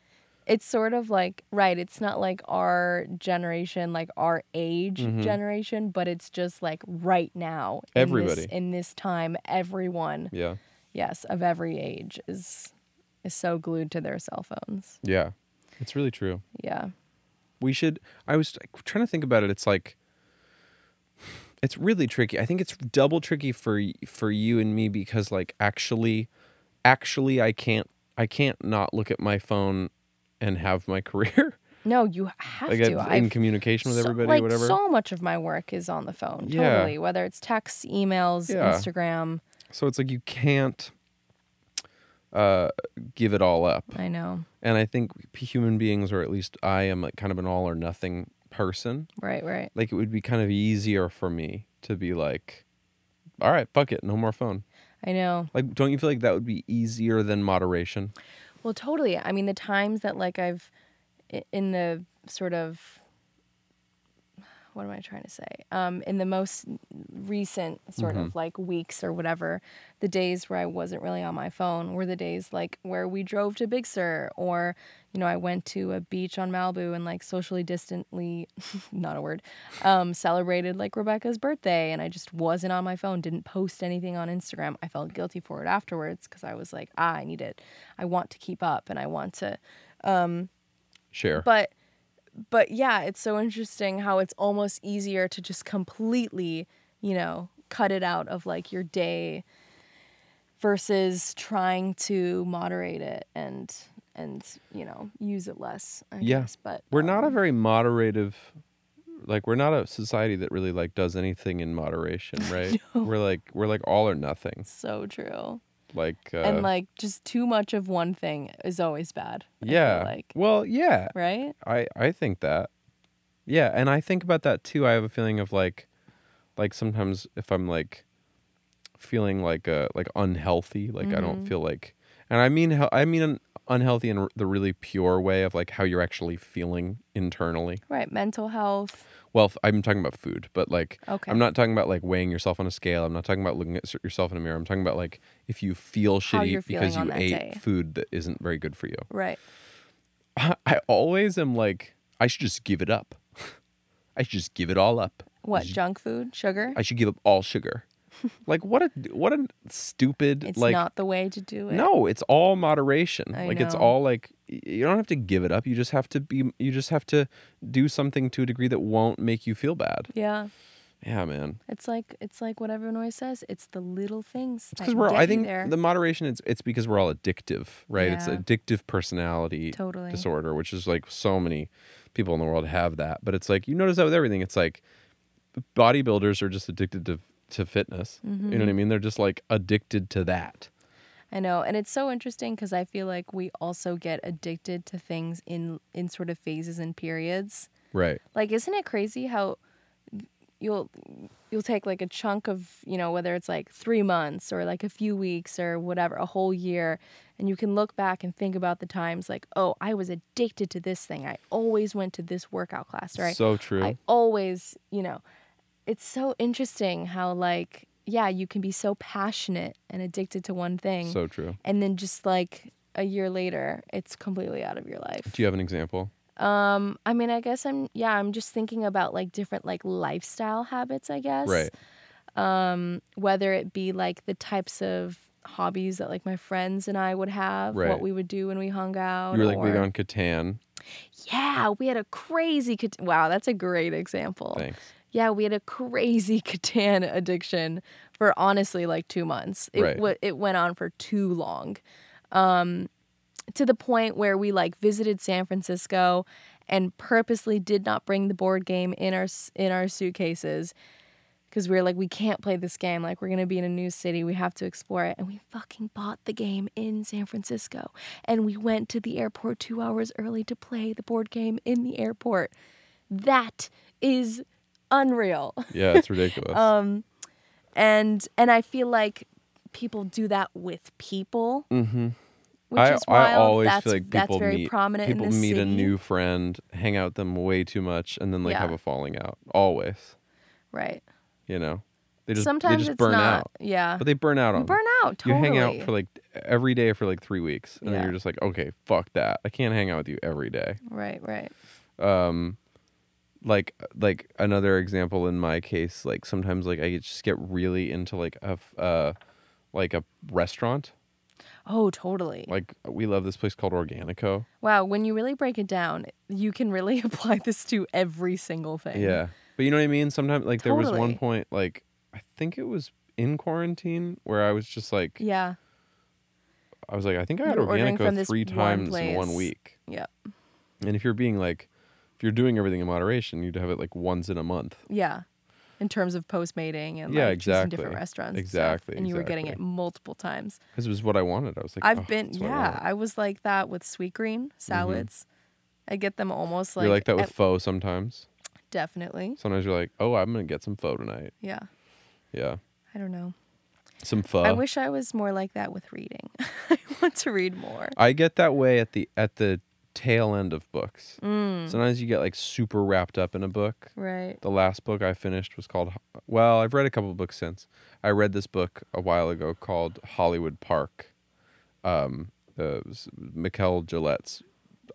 it's sort of like right. It's not like our generation, like our age Mhm. generation, but it's just like right now. in this- Everybody. in this time, everyone, Yeah. yes, of every age is is so glued to their cell phones. Yeah. It's really true. Yeah. we should i was like, trying to think about it it's like it's really tricky i think it's double tricky for y- for you and me because like actually actually i can't i can't not look at my phone and have my career No, you have like to. I'm in I've communication with so- everybody like, whatever so, So much of my work is on the phone, Yeah. totally. Whether it's texts, emails, Yeah. Instagram. it's like you can't uh give it all up I know. and i think human beings or at least i am like kind of an all or nothing person Right, right. like it would be kind of easier for me to be like all right fuck it no more phone I know. Like, don't you feel like that would be easier than moderation? Well, totally. I mean, the times that like I've i- in the sort of what am I trying to say? Um, in the most recent sort of like weeks or whatever, the days where I wasn't really on my phone were the days like where we drove to Big Sur or, you know, I went to a beach on Malibu and like socially distantly, not a word, um, celebrated like Rebecca's birthday and I just wasn't on my phone, didn't post anything on Instagram. I felt guilty for it afterwards because I was like, ah, I need it. I want to keep up and I want to Share. but but yeah, it's so interesting how it's almost easier to just completely, you know, cut it out of like your day versus trying to moderate it and and you know use it less. I Yeah. guess. But we're not a um, very moderative, like we're not a society that really like does anything in moderation, right? We're like we're like all or nothing. so true. Like uh, and like just too much of one thing is always bad. I feel yeah, Like well yeah, right? I I think that, yeah, and I think about that too. I have a feeling of like, like sometimes if I'm like feeling like uh like unhealthy, like I Mm-hmm. don't feel like, and I mean hel- I mean un- unhealthy in r- the really pure way of like how you're actually feeling internally. Right. Mental health. Well, f- I'm talking about food, but like, Okay. I'm not talking about like weighing yourself on a scale. I'm not talking about looking at s- yourself in a mirror. I'm talking about like if you feel How you're shitty because feeling on you that ate day. food that isn't very good for you. Right. I always am like, I should just give it up. I should just give it all up. What junk food? Sugar? I should give up all sugar. like what a what a stupid it's like not the way to do it. no, it's all moderation. I like it's know. all like y- you don't have to give it up. You just have to be you just have to do something to a degree that won't make you feel bad. Yeah. Yeah, man. It's like it's like what everyone always says. It's the little things that because we're get i you think there. the moderation it's it's because we're all addictive right it's Yeah. addictive personality Totally. disorder which is like so many people in the world have that but it's like you notice that with everything it's like bodybuilders are just addicted to to fitness you Mm-hmm. know what i mean they're just like addicted to that I know, and it's so interesting because I feel like we also get addicted to things in in sort of phases and periods. Right. Like, isn't it crazy how you'll you'll take like a chunk of you know whether it's like three months or like a few weeks or whatever a whole year and you can look back and think about the times like oh i was addicted to this thing i always went to this workout class right So true. i always you know it's so interesting how like yeah you can be so passionate and addicted to one thing so true. and then just like a year later it's completely out of your life Do you have an example? um, I mean, I guess I'm yeah, I'm just thinking about like different like lifestyle habits, I guess. Right. Whether it be like the types of hobbies that like my friends and I would have, Right. what we would do when we hung out. You were like or, big on Catan. Yeah, we had a crazy Cat- wow, that's a great example. Thanks. Yeah, we had a crazy Catan addiction for honestly like two months. It Right. wa- it went on for too long, um, to the point where we like visited San Francisco, and purposely did not bring the board game in our s- in our suitcases, because we were like we can't play this game. Like we're gonna be in a new city, we have to explore it, and we fucking bought the game in San Francisco, and we went to the airport two hours early to play the board game in the airport. That is unreal Um, Yeah, it's ridiculous. Oh, and and I feel like people do that with people, mm-hmm. which I, is wild. I always that's, feel like that's people very meet prominent people in this meet a city. new friend, hang out with them way too much, and then like Yeah. have a falling out. Always, right. you know, they just Sometimes they just it's burn not. out. Yeah, But they burn out on You burn out. you Totally. hang out for like every day for like three weeks, and then Yeah. you're just like, okay, fuck that. I can't hang out with you every day. right, right. Like like another example in my case, like sometimes like I just get really into like a f- uh, like a restaurant. Oh, totally. Like we love this place called Organico. wow, when you really break it down, you can really apply this to every single thing. Yeah. But you know what I mean? Sometimes like there was one Totally. point like I think it was in quarantine where I was just like Yeah. I was like I think I You had were ordering from organico this 3 one times in one place. week. Yeah. And if you're being like if you're doing everything in moderation, you'd have it like once in a month. Yeah. In terms of post mating and Yeah, like choosing exactly. different restaurants. and stuff. Exactly, And you were getting it exactly. multiple times. Cuz it was what I wanted. I was like I've "Oh, been that's what I yeah, want." I was like that with sweet green salads. I get them almost like you're like that with at- pho sometimes. definitely. Sometimes you're like, "Oh, I'm going to get some pho tonight." Yeah. Yeah. I don't know. Some pho. I wish I was more like that with reading. I want to read more. I get that way at the at the tail end of books. Mm. Sometimes you get like super wrapped up in a book. Right. The last book I finished was called. Well, I've read a couple books since. I read this book a while ago called Hollywood Park. Um, uh, Mikel Gillette's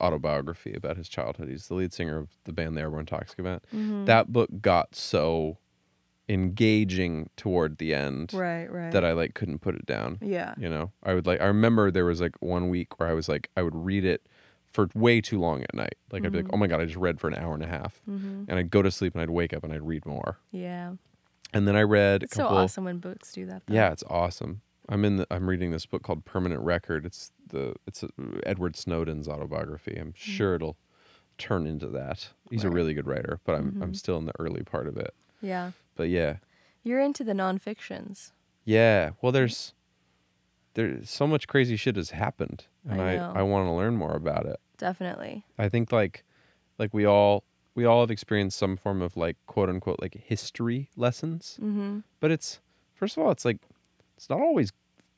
autobiography about his childhood. He's the lead singer of the band The Airborne Toxic Event. Mm-hmm. That book got so engaging toward the end Right, right. that I like couldn't put it down. yeah. You know, I would like. I remember there was like one week where I was like, I would read it for way too long at night. Like I'd be Mm-hmm. like, oh my god, I just read for an hour and a half, and I'd go to sleep and I'd wake up and I'd read more. Yeah. And then I read It's a so couple. awesome when books do that. Though. Yeah, it's awesome. I'm in. The, I'm reading this book called Permanent Record. It's the. It's uh, Edward Snowden's autobiography. I'm sure it'll turn into that. He's Hmm. Right. a Mm-hmm. really good writer, but I'm. I'm still in the early part of it. Yeah. But yeah, You're into the nonfictions. Yeah. Well, there's there's so much crazy shit has happened, and I I know. I, want to learn more about it. Definitely. I think like like we all we all have experienced some form of like quote unquote like history lessons, Mm-hmm. but it's first of all it's like it's not always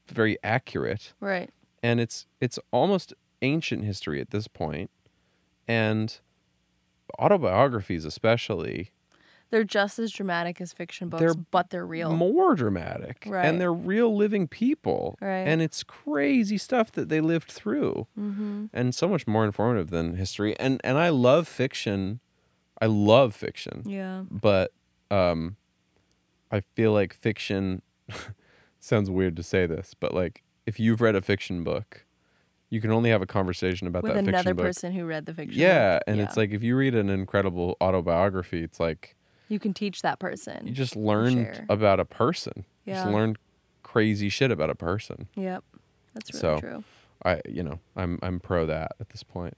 very accurate, Right. and it's it's almost ancient history at this point, and autobiographies especially They're just as dramatic as fiction books, They're but they're real. more dramatic Right. and they're real living people Right. and it's crazy stuff that they lived through mm-hmm. and so much more informative than history and and i love fiction i love fiction Yeah. but um i feel like fiction sounds weird to say this but like if you've read a fiction book you can only have a conversation about With that another fiction book person who read the fiction. yeah book. and Yeah. it's like if you read an incredible autobiography it's like you can teach that person. you just learned share. about a person. You Yeah. just learned crazy shit about a person. Yep. That's really So- true. I you know, I'm I'm pro that at this point.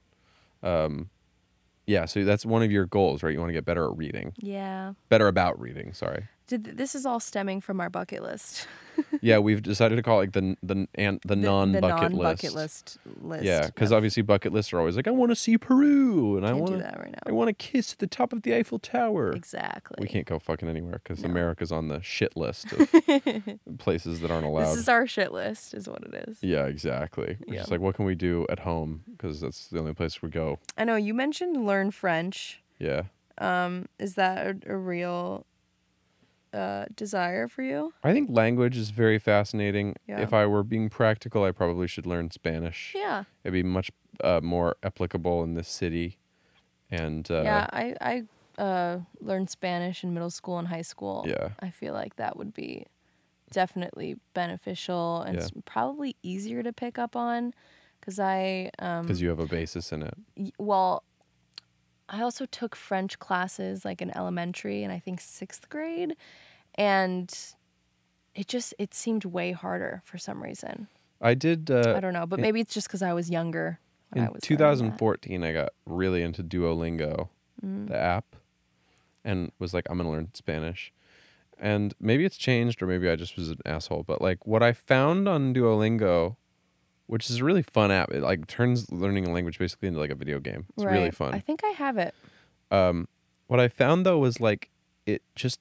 Um yeah, so that's one of your goals, right? You want to get better at reading. Yeah. Better about reading, sorry. Did th- this is all stemming from our bucket list. yeah, we've decided to call it like the the and The- the, non the bucket non-bucket list list. list. Yeah, because No, obviously bucket lists are always like I want to see Peru and I can't want do to that right I now. want to kiss the top of the Eiffel Tower. Exactly. We can't go fucking anywhere because No. America's on the shit list of places that aren't allowed. This is our shit list, is what it is. yeah, exactly. It's Yeah. just like what can we do at home because that's the only place we go. I know you mentioned learn French. Yeah. Um, is that a, a real uh, desire for you? I think language is very fascinating. Yeah. If I were being practical, I probably should learn Spanish. Yeah. It'd be much uh, more applicable in this city. And uh, yeah. I I uh, learned Spanish in middle school and high school. Yeah. I feel like that would be definitely beneficial and Yeah. s- probably easier to pick up on, because I um, because you have a basis in it. y- well, I also took French classes like in elementary and I think sixth grade, and it just it seemed way harder for some reason. I did. Uh, I don't know, but in- maybe it's just because I was younger. When I in was learning that. 2014, I got really into Duolingo, Mm. the app, and was like, I'm going to learn Spanish. And maybe it's changed, or maybe I just was an asshole. But like what I found on Duolingo, which is a really fun app, it like turns learning a language basically into like a video game. It's really Right. fun. Um, I think I have it. what I found though was like it just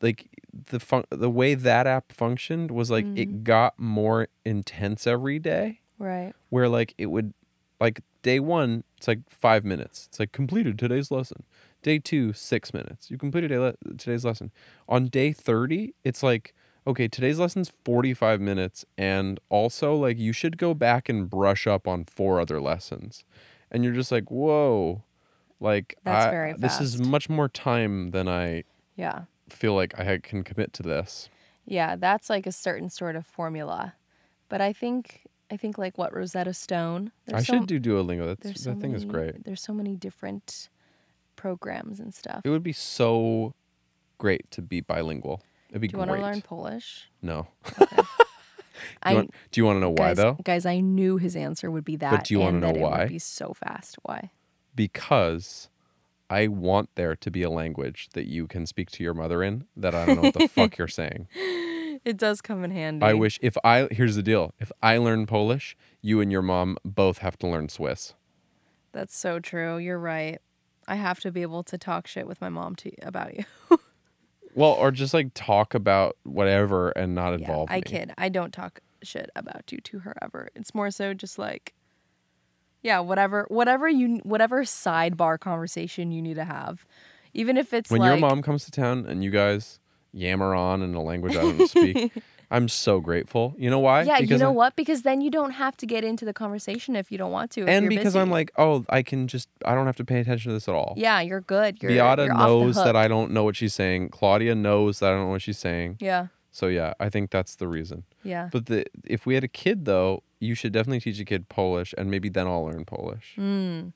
like the fun- the way that app functioned was like Mm. it got more intense every day Right. where like it would like day one it's like five minutes it's like completed today's lesson day two six minutes you completed a le- today's lesson on day 30 it's like okay today's lesson's 45 minutes and also like you should go back and brush up on four other lessons and you're just like whoa like That's I- very this is fast. much more time than i Yeah. feel like i can commit to this Yeah, that's like a certain sort of formula. But I think I think like what Rosetta Stone. i so- should do duolingo there's that's so that thing is many- great There's so many different programs and stuff. It would be so great to be bilingual. It'd be Do you great. want to learn Polish? No. Do I you, want, do you want to know why guys, though? guys, I knew his answer would be that. do you wanna and know that It why? would be so fast. Why? Because I want there to be a language that you can speak to your mother in that I don't know what the fuck you're saying. It does come in handy. I wish if I here's the deal. If I learn Polish, you and your mom both have to learn Swiss. That's so true. You're right. I have to be able to talk shit with my mom to about you. Well, or just like talk about whatever and not involve yeah, I me. kid. I don't talk shit about you to her ever. It's more so just like, yeah, whatever, whatever you, whatever sidebar conversation you need to have, even if it's When like, your mom comes to town and you guys yammer on in a language I don't speak, I'm so grateful. You know why? yeah, you Because know I- what? Because then you don't have to get into the conversation if you don't want to. if and you're because I'm busy. like, oh, I can just, I don't have to pay attention to this at all. yeah, you're good. You're, Beata you're off the knows that hook. I don't know what she's saying. Claudia knows that I don't know what she's saying. yeah, So yeah, I think that's the reason. yeah, But the if we had a kid though, you should definitely teach a kid Polish, and maybe then I'll learn Polish. Mm.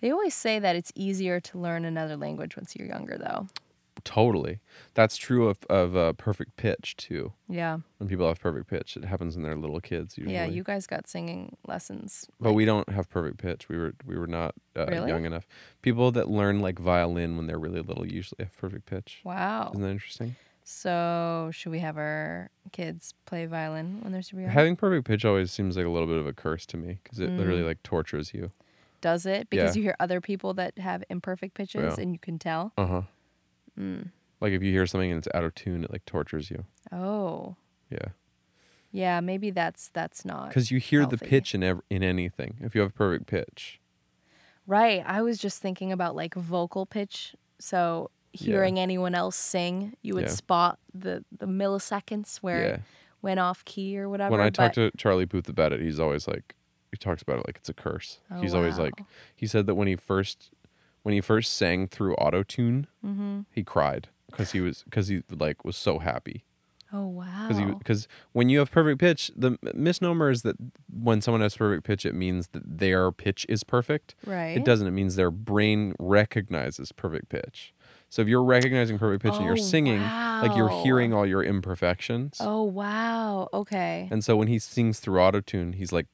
they always say that it's easier to learn another language once you're younger, though. Totally, that's true of of uh, perfect pitch too. Yeah, When people have perfect pitch, it happens in their little kids usually. yeah, you guys got singing lessons. But we don't have perfect pitch. We were we were not uh, Really? young enough. People that learn like violin when they're really little usually have perfect pitch. Wow. Isn't that interesting? So should we have our kids play violin when they're super young? Having perfect pitch always seems like a little bit of a curse to me because it literally Mm. like tortures you. Does it because Yeah. you hear other people that have imperfect pitches Yeah. and you can tell? Uh huh. Mm. Like if you hear something and it's out of tune, it like tortures you. Oh, Yeah, yeah, maybe that's that's not because you hear the healthy. pitch in ev- in anything. If you have perfect pitch, right. I was just thinking about like vocal pitch. So hearing anyone else sing, you would Yeah. spot the the milliseconds where it Yeah. went off key or whatever. when I but- talk to Charlie Booth about it, he's always like, he talks about it like it's a curse. Oh, he's always like, wow. he said that when he first when he first sang through auto tune, Mm-hmm. he cried because he was because he like was so happy. oh wow, because because when you have perfect pitch, the m- misnomer is that when someone has perfect pitch, it means that their pitch is perfect. right? It doesn't. It means their brain recognizes perfect pitch. So if you're recognizing perfect pitch and Oh, you're singing, like you're wow. hearing all your imperfections. Oh wow, okay. And so when he sings through auto tune, he's like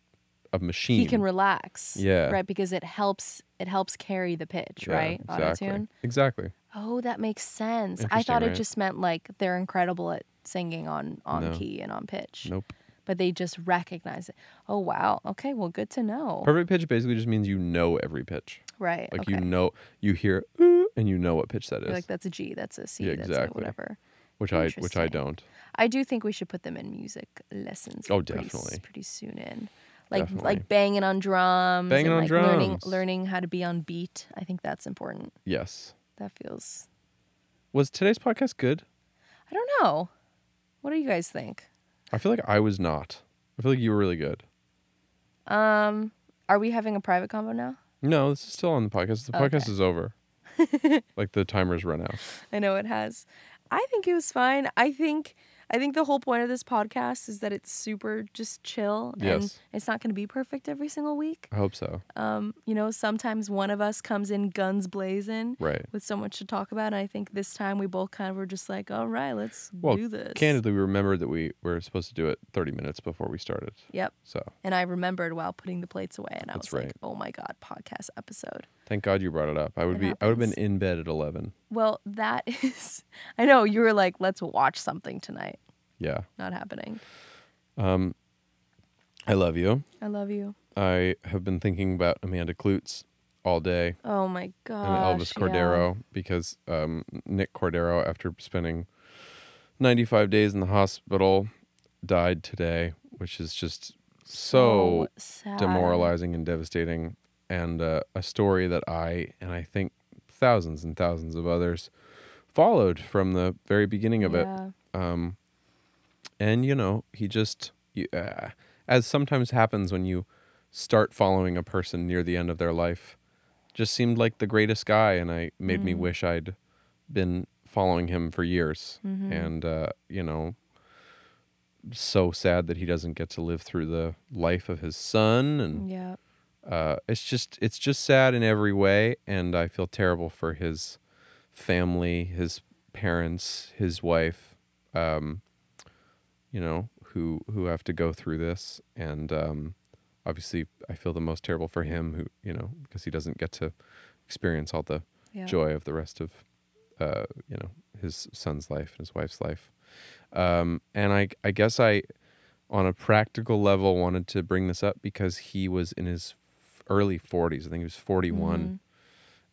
a machine. He can relax. Yeah. Right, because it helps it helps carry the pitch, Yeah, right? Exactly. Autotune. Exactly. Oh, that makes sense. I Interesting, thought it right? just meant like they're incredible at singing on on No. key and on pitch. Nope. But they just recognize it. Oh wow. Okay, well good to know. Perfect pitch basically just means you know every pitch. Right. Like okay. you know you hear "Ooh," and you know what pitch that is, You're like that's a G, that's a C, Yeah, that's a exactly. whatever. which I which I interesting. don't. I do think we should put them in music lessons. Oh, pretty s- definitely. Pretty soon in. Like Definitely. like banging on drums. Banging and on like Learning drums. learning how to be on beat. I think that's important. Yes. That feels Was today's podcast good? I don't know. What do you guys think? I feel like I was not. I feel like you were really good. Um, are we having a private combo now? No, this is still on the podcast. The podcast Okay. is over. like the timer's run out. I know it has. I think it was fine. I think I think the whole point of this podcast is that it's super just chill and Yes. it's not going to be perfect every single week. I hope so. Um, you know, sometimes one of us comes in guns blazing Right. with so much to talk about and I think this time we both kind of were just like, "All right, let's Well, do this." Candidly, we remembered that we were supposed to do it 30 minutes before we started. Yep. So And I remembered while putting the plates away and I That's was like, right. "Oh my god, podcast episode." thank God you brought it up. I would It be I would have been happens. in bed at 11. Well, that is I know you were like, "Let's watch something tonight." Yeah. Not happening. Um, I love you. I love you. I have been thinking about Amanda Klutz all day Oh my god. and Elvis Cordero because um, Nick Cordero, after spending 95 days in the hospital, died today, which is just so Oh, sad. demoralizing and devastating and uh, a story that i and i think thousands and thousands of others followed from the very beginning of it Yeah. um, and you know he just you, uh, as sometimes happens when you start following a person near the end of their life just seemed like the greatest guy and i made me wish i'd been following him for years and uh, you know so sad that he doesn't get to live through the life of his son and Yeah. uh, it's just it's just sad in every way, and I feel terrible for his family, his parents, his wife, um, you know, who who have to go through this, and um, obviously I feel the most terrible for him, who you know, because he doesn't get to experience all the Yeah. joy of the rest of uh, you know his son's life and his wife's life. Um, and I I guess I on a practical level wanted to bring this up because he was in his f- early 40s. I think he was 41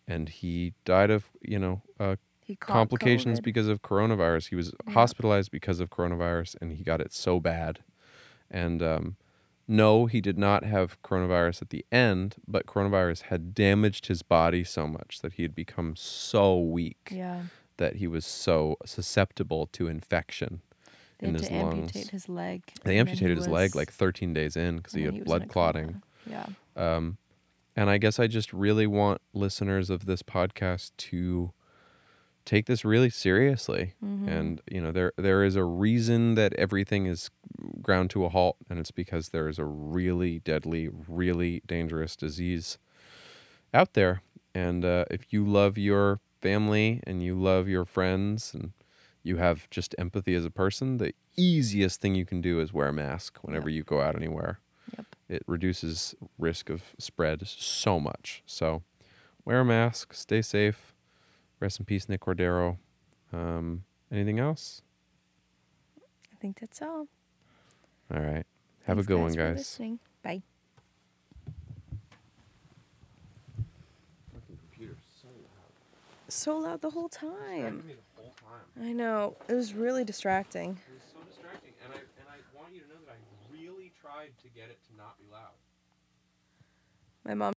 and he died of, you know, uh, He caught complications COVID. because of coronavirus. He was hospitalized because of coronavirus and he got it so bad. And um, no, he did not have coronavirus at the end, but coronavirus had damaged his body so much that he had become so weak yeah. that he was so susceptible to infection They in had his to lungs. amputate his leg. and They then amputated he his leg was- like 13 days in because and he then had was in blood a clotting. coma. Yeah. And I guess I just really want listeners of this podcast to take this really seriously. Mm-hmm. And you know, there there is a reason that everything is ground to a halt, and it's because there is a really deadly, really dangerous disease out there. And uh, if you love your family and you love your friends and you have just empathy as a person, the easiest thing you can do is wear a mask whenever you go out anywhere Yep. it reduces risk of spread so much. So wear a mask, stay safe. Rest in peace, Nick Cordero. Um, anything else? I think that's all. All right. Have Thanks, a good one, for guys. listening. Bye. So loud the whole time. I know. It was really distracting. My mom